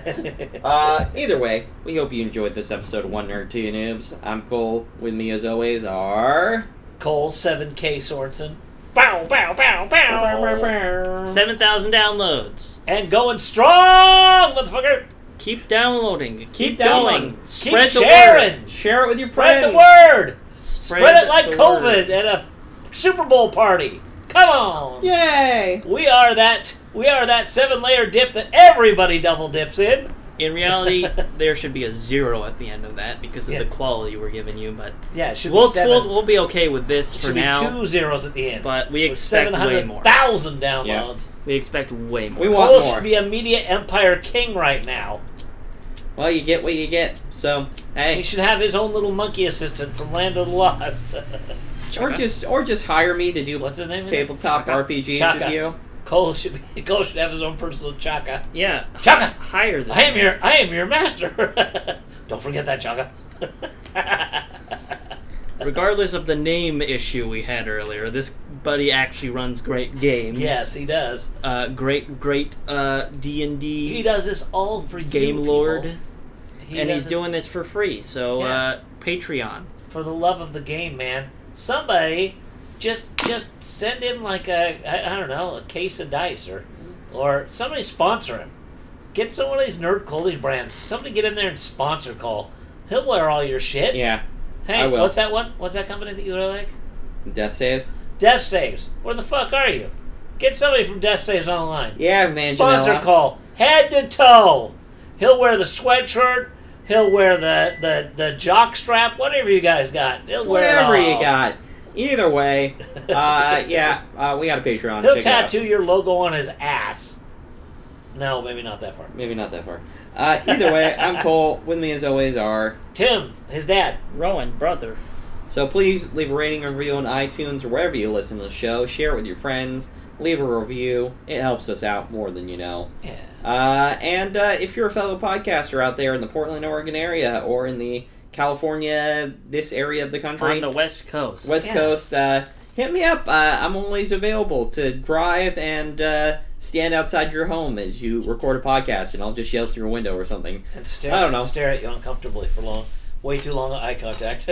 S2: Uh, either way, we hope you enjoyed this episode of One Nerd Two Noobs. I'm Cole. With me, as always, are
S3: Cole, 7K Sorensen. Bow, bow, bow, bow.
S4: 7,000 downloads.
S3: and going strong, motherfucker.
S4: Keep downloading. Keep,
S2: downloading.
S4: going. Spread
S3: Keep
S4: the word.
S3: sharing.
S2: share it with your
S3: Spread
S2: friends.
S3: the word.
S4: Spread,
S3: Spread, it like
S4: the
S3: COVID
S4: word.
S3: at a Super Bowl party. Come on.
S2: Yay!
S3: We are that. We are that seven-layer dip that everybody double dips in. *laughs*
S4: In reality, there should be a zero at the end of that because of
S3: Yeah.
S4: the quality we're giving you, but
S3: Yeah, it should
S4: we'll,
S3: be 7
S4: we'll, we'll be okay with this
S3: it
S4: for
S3: should
S4: now.
S3: be two zeros at the end.
S4: But we expect way more.
S3: Thousand downloads.
S4: We expect way more.
S2: We want
S3: Cole
S2: more.
S3: should be a media empire king right now.
S2: Well, you get what you get. So,
S3: He
S2: hey,
S3: should have his own little monkey assistant from Land of the Lost. *laughs*
S2: or just or just hire me to do
S3: What's his name? again?
S2: tabletop
S4: Chaka.
S2: RPGs
S3: Chaka.
S2: with you.
S3: Cole should be. *laughs* Cole should have his own personal Chaka.
S4: yeah,
S3: Chaka,
S4: hire this.
S3: I am your. I am your master. *laughs* Don't forget that, Chaka.
S4: Regardless of the name issue we had earlier, this buddy actually runs great
S3: *laughs*
S4: games.
S3: yes, he does.
S4: uh, great, great uh, D and
S3: He
S4: D
S3: does this all for you,
S4: game lord,
S3: people. He
S4: and
S3: does
S4: he's
S3: this
S4: doing this for free. So
S3: Yeah.
S4: uh, Patreon.
S3: for the love of the game, man. Somebody, just just send him like a I, I don't know a case of dice or or somebody sponsor him. Get some of these nerd clothing brands. Somebody get in there and sponsor Cole. He'll wear all your shit.
S2: Yeah,
S3: Hey,
S2: I will.
S3: what's that one? What's that company that you really like?
S2: death saves.
S3: Death Saves. Where the fuck are you? Get somebody from Death Saves online.
S2: Yeah, man.
S3: Sponsor
S2: Janela.
S3: call, head to toe. He'll wear the sweatshirt. He'll wear the the the jock strap, whatever you guys got. He'll wear it
S2: Whatever
S3: all.
S2: you got. Either
S3: *laughs*
S2: way, uh, yeah, uh, we got a Patreon.
S3: He'll
S2: Check it out.
S3: tattoo your logo on his ass. No, maybe not that far.
S2: Maybe not that far. Uh, either way, I'm Cole. With me, as always, are.
S3: Tim, his dad.
S4: Rowan, brother.
S2: So please leave a rating or review on iTunes or wherever you listen to the show. Share it with your friends. Leave a review. It helps us out more than you know.
S3: Yeah.
S2: Uh, and uh, if you're a fellow podcaster out there in the Portland, Oregon area or in the California, this area of the country,
S4: On the West Coast.
S2: West
S4: Yeah.
S2: Coast, uh, hit me up. Uh, I'm always available to drive and uh, stand outside your home as you record a podcast, and I'll just yell through a window or something.
S3: And stare,
S2: I don't know.
S3: stare at you uncomfortably for long. Way too long eye contact.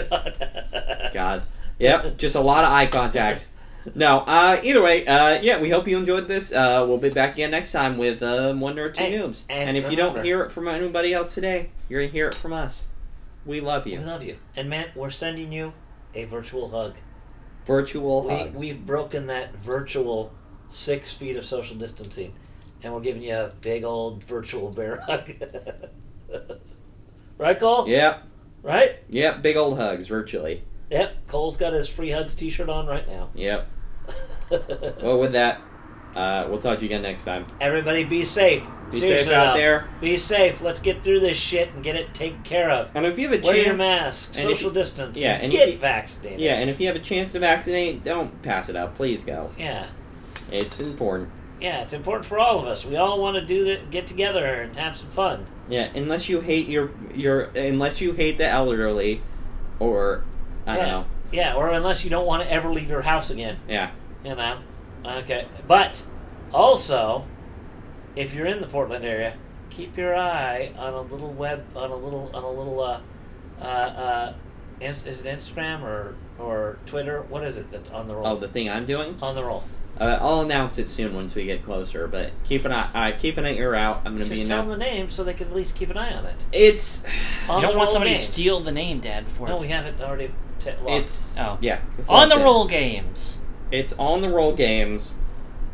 S3: *laughs*
S2: God. Yep, just a lot of eye contact. No, uh, either way, uh, yeah, we hope you enjoyed this. Uh, we'll be back again next time with um, one or two
S3: And-
S2: noobs. And,
S3: and
S2: if you don't
S3: remember-
S2: hear it from anybody else today, you're going to hear it from us. We love
S3: we
S2: you.
S3: love you. And man, we're sending you a virtual hug.
S2: Virtual
S3: We,
S2: hugs.
S3: we've broken that virtual six feet of social distancing, and we're giving you a big old virtual bear *laughs* hug. right, Cole?
S2: Yep,
S3: Right?
S2: yep, big old hugs, virtually.
S3: Yep. Cole's got his free hugs T-shirt on right now. *laughs*
S2: Yep. Well, with that, uh, we'll talk to you again next time.
S3: Everybody, be safe.
S2: Be
S3: Seriously
S2: safe out
S3: now.
S2: there.
S3: Be safe. Let's get through this shit and get it taken care of.
S2: And if you have a
S3: Wear
S2: chance.
S3: your mask.
S2: and if
S3: Social
S2: you-
S3: distance.
S2: yeah, and
S3: get
S2: if you-
S3: vaccinated.
S2: Yeah, and if you have a chance to vaccinate, don't pass it up. Please go.
S3: Yeah.
S2: It's important.
S3: yeah, it's important for all of us. We all want to do the, get together and have some fun.
S2: Yeah, unless you hate your your unless you hate the elderly, or I
S3: yeah.
S2: don't know.
S3: Yeah, or unless you don't want to ever leave your house again,
S2: Yeah,
S3: you know. Okay, but also, if you're in the Portland area, keep your eye on a little web on a little on a little uh uh. uh is, is it Instagram or or Twitter? What is it that's on the roll?
S2: oh, the thing I'm doing.
S3: on the roll.
S2: Uh, I'll announce it soon once we get closer. But keep an eye, uh, keep an ear out. I'm gonna be
S3: Just tell them
S2: announcing.
S3: the name so they can at least keep an eye on it.
S4: *sighs*
S2: It's
S3: On
S4: you don't
S3: the roll
S4: want somebody
S3: games.
S4: to steal the name, Dad. Before
S3: No,
S4: it's
S3: we haven't already. T- locked.
S2: it's
S4: Oh.
S2: yeah. It's
S4: on the
S2: locked in.
S4: roll games.
S2: It's on the roll games.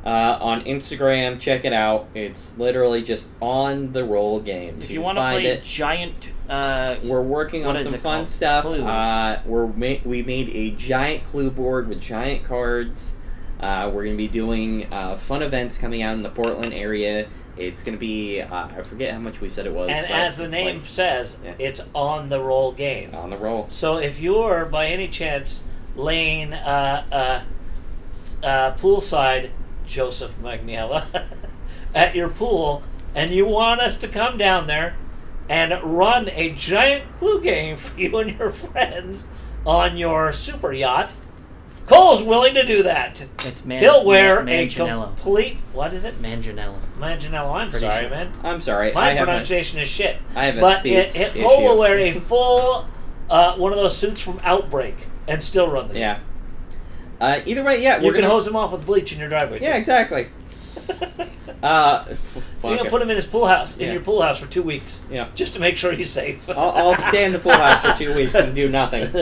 S2: Uh, on Instagram, check it out. It's literally just on the roll games.
S4: If you
S2: can
S4: want to
S2: find
S4: play
S2: it,
S4: giant, uh,
S2: We're working
S4: What
S2: on
S4: is
S2: some
S4: it
S2: fun
S4: called?
S2: stuff.
S4: Clue.
S2: Uh, we're ma- we made a giant clue board with giant cards. Uh, we're gonna be doing uh, fun events coming out in the Portland area. It's gonna be uh, I forget how much we said it was.
S3: and
S2: but
S3: as the
S2: it's
S3: name says,
S2: Yeah.
S3: it's on the roll games.
S2: like on the roll,
S3: So if you're by any chance laying uh, uh, uh, poolside, Joseph Magniella, *laughs* at your pool, and you want us to come down there and run a giant clue game for you and your friends on your super yacht, Cole's willing to do that.
S4: it's man.
S3: He'll wear
S4: man,
S3: a
S4: Manganiello.
S3: complete. What is it?
S4: *laughs* Manganiello.
S3: Manganiello. I'm
S4: Pretty
S3: sorry,
S4: sure.
S3: man.
S2: I'm sorry. I
S3: My
S2: have
S3: pronunciation is shit.
S2: I have a
S3: but
S2: speech
S3: it, it
S2: issue.
S3: Cole will wear a full uh, one of those suits from Outbreak and still run the
S2: yeah. Uh, either way, yeah,
S3: You
S2: we're
S3: can
S2: gonna,
S3: hose him off with bleach in your driveway.
S2: Yeah,
S3: too. *laughs*
S2: exactly. Uh, f- fuck
S3: You're gonna
S2: it.
S3: put him in his pool house in
S2: Yeah.
S3: your pool house for two weeks
S2: yeah.
S3: just to make sure he's safe.
S2: I'll, I'll stay in the pool house for two weeks and do
S3: *laughs*
S2: nothing.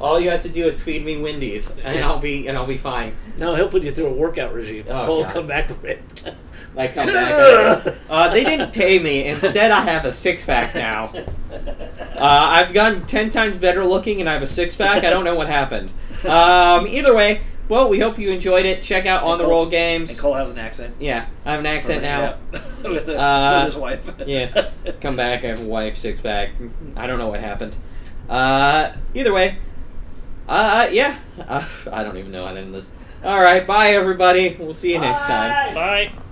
S2: All you have to do is feed me Wendy's, and I'll be and I'll be fine.
S3: no, he'll put you through a workout regime.
S2: Oh,
S3: Cole will
S2: God.
S3: come back ripped.
S2: I come back. at
S3: *laughs*
S2: it. Uh, they didn't pay me. Instead, I have a six pack
S3: *laughs*
S2: now. Uh, I've gotten ten times better looking, and I have a six pack. I don't know what happened. Um, either way, well, we hope you enjoyed it. Check out on the roll
S3: And
S2: games.
S3: Cole has an accent.
S2: Yeah, I have an accent now.
S3: Yeah. *laughs* with, a-
S2: Uh,
S3: with his wife.
S2: yeah. Come back. I have a wife six pack. I don't know what happened. Uh, either way, uh, *laughs* yeah. Uh, I don't even know how to end this. All right, bye everybody. We'll see you next time.
S3: Bye.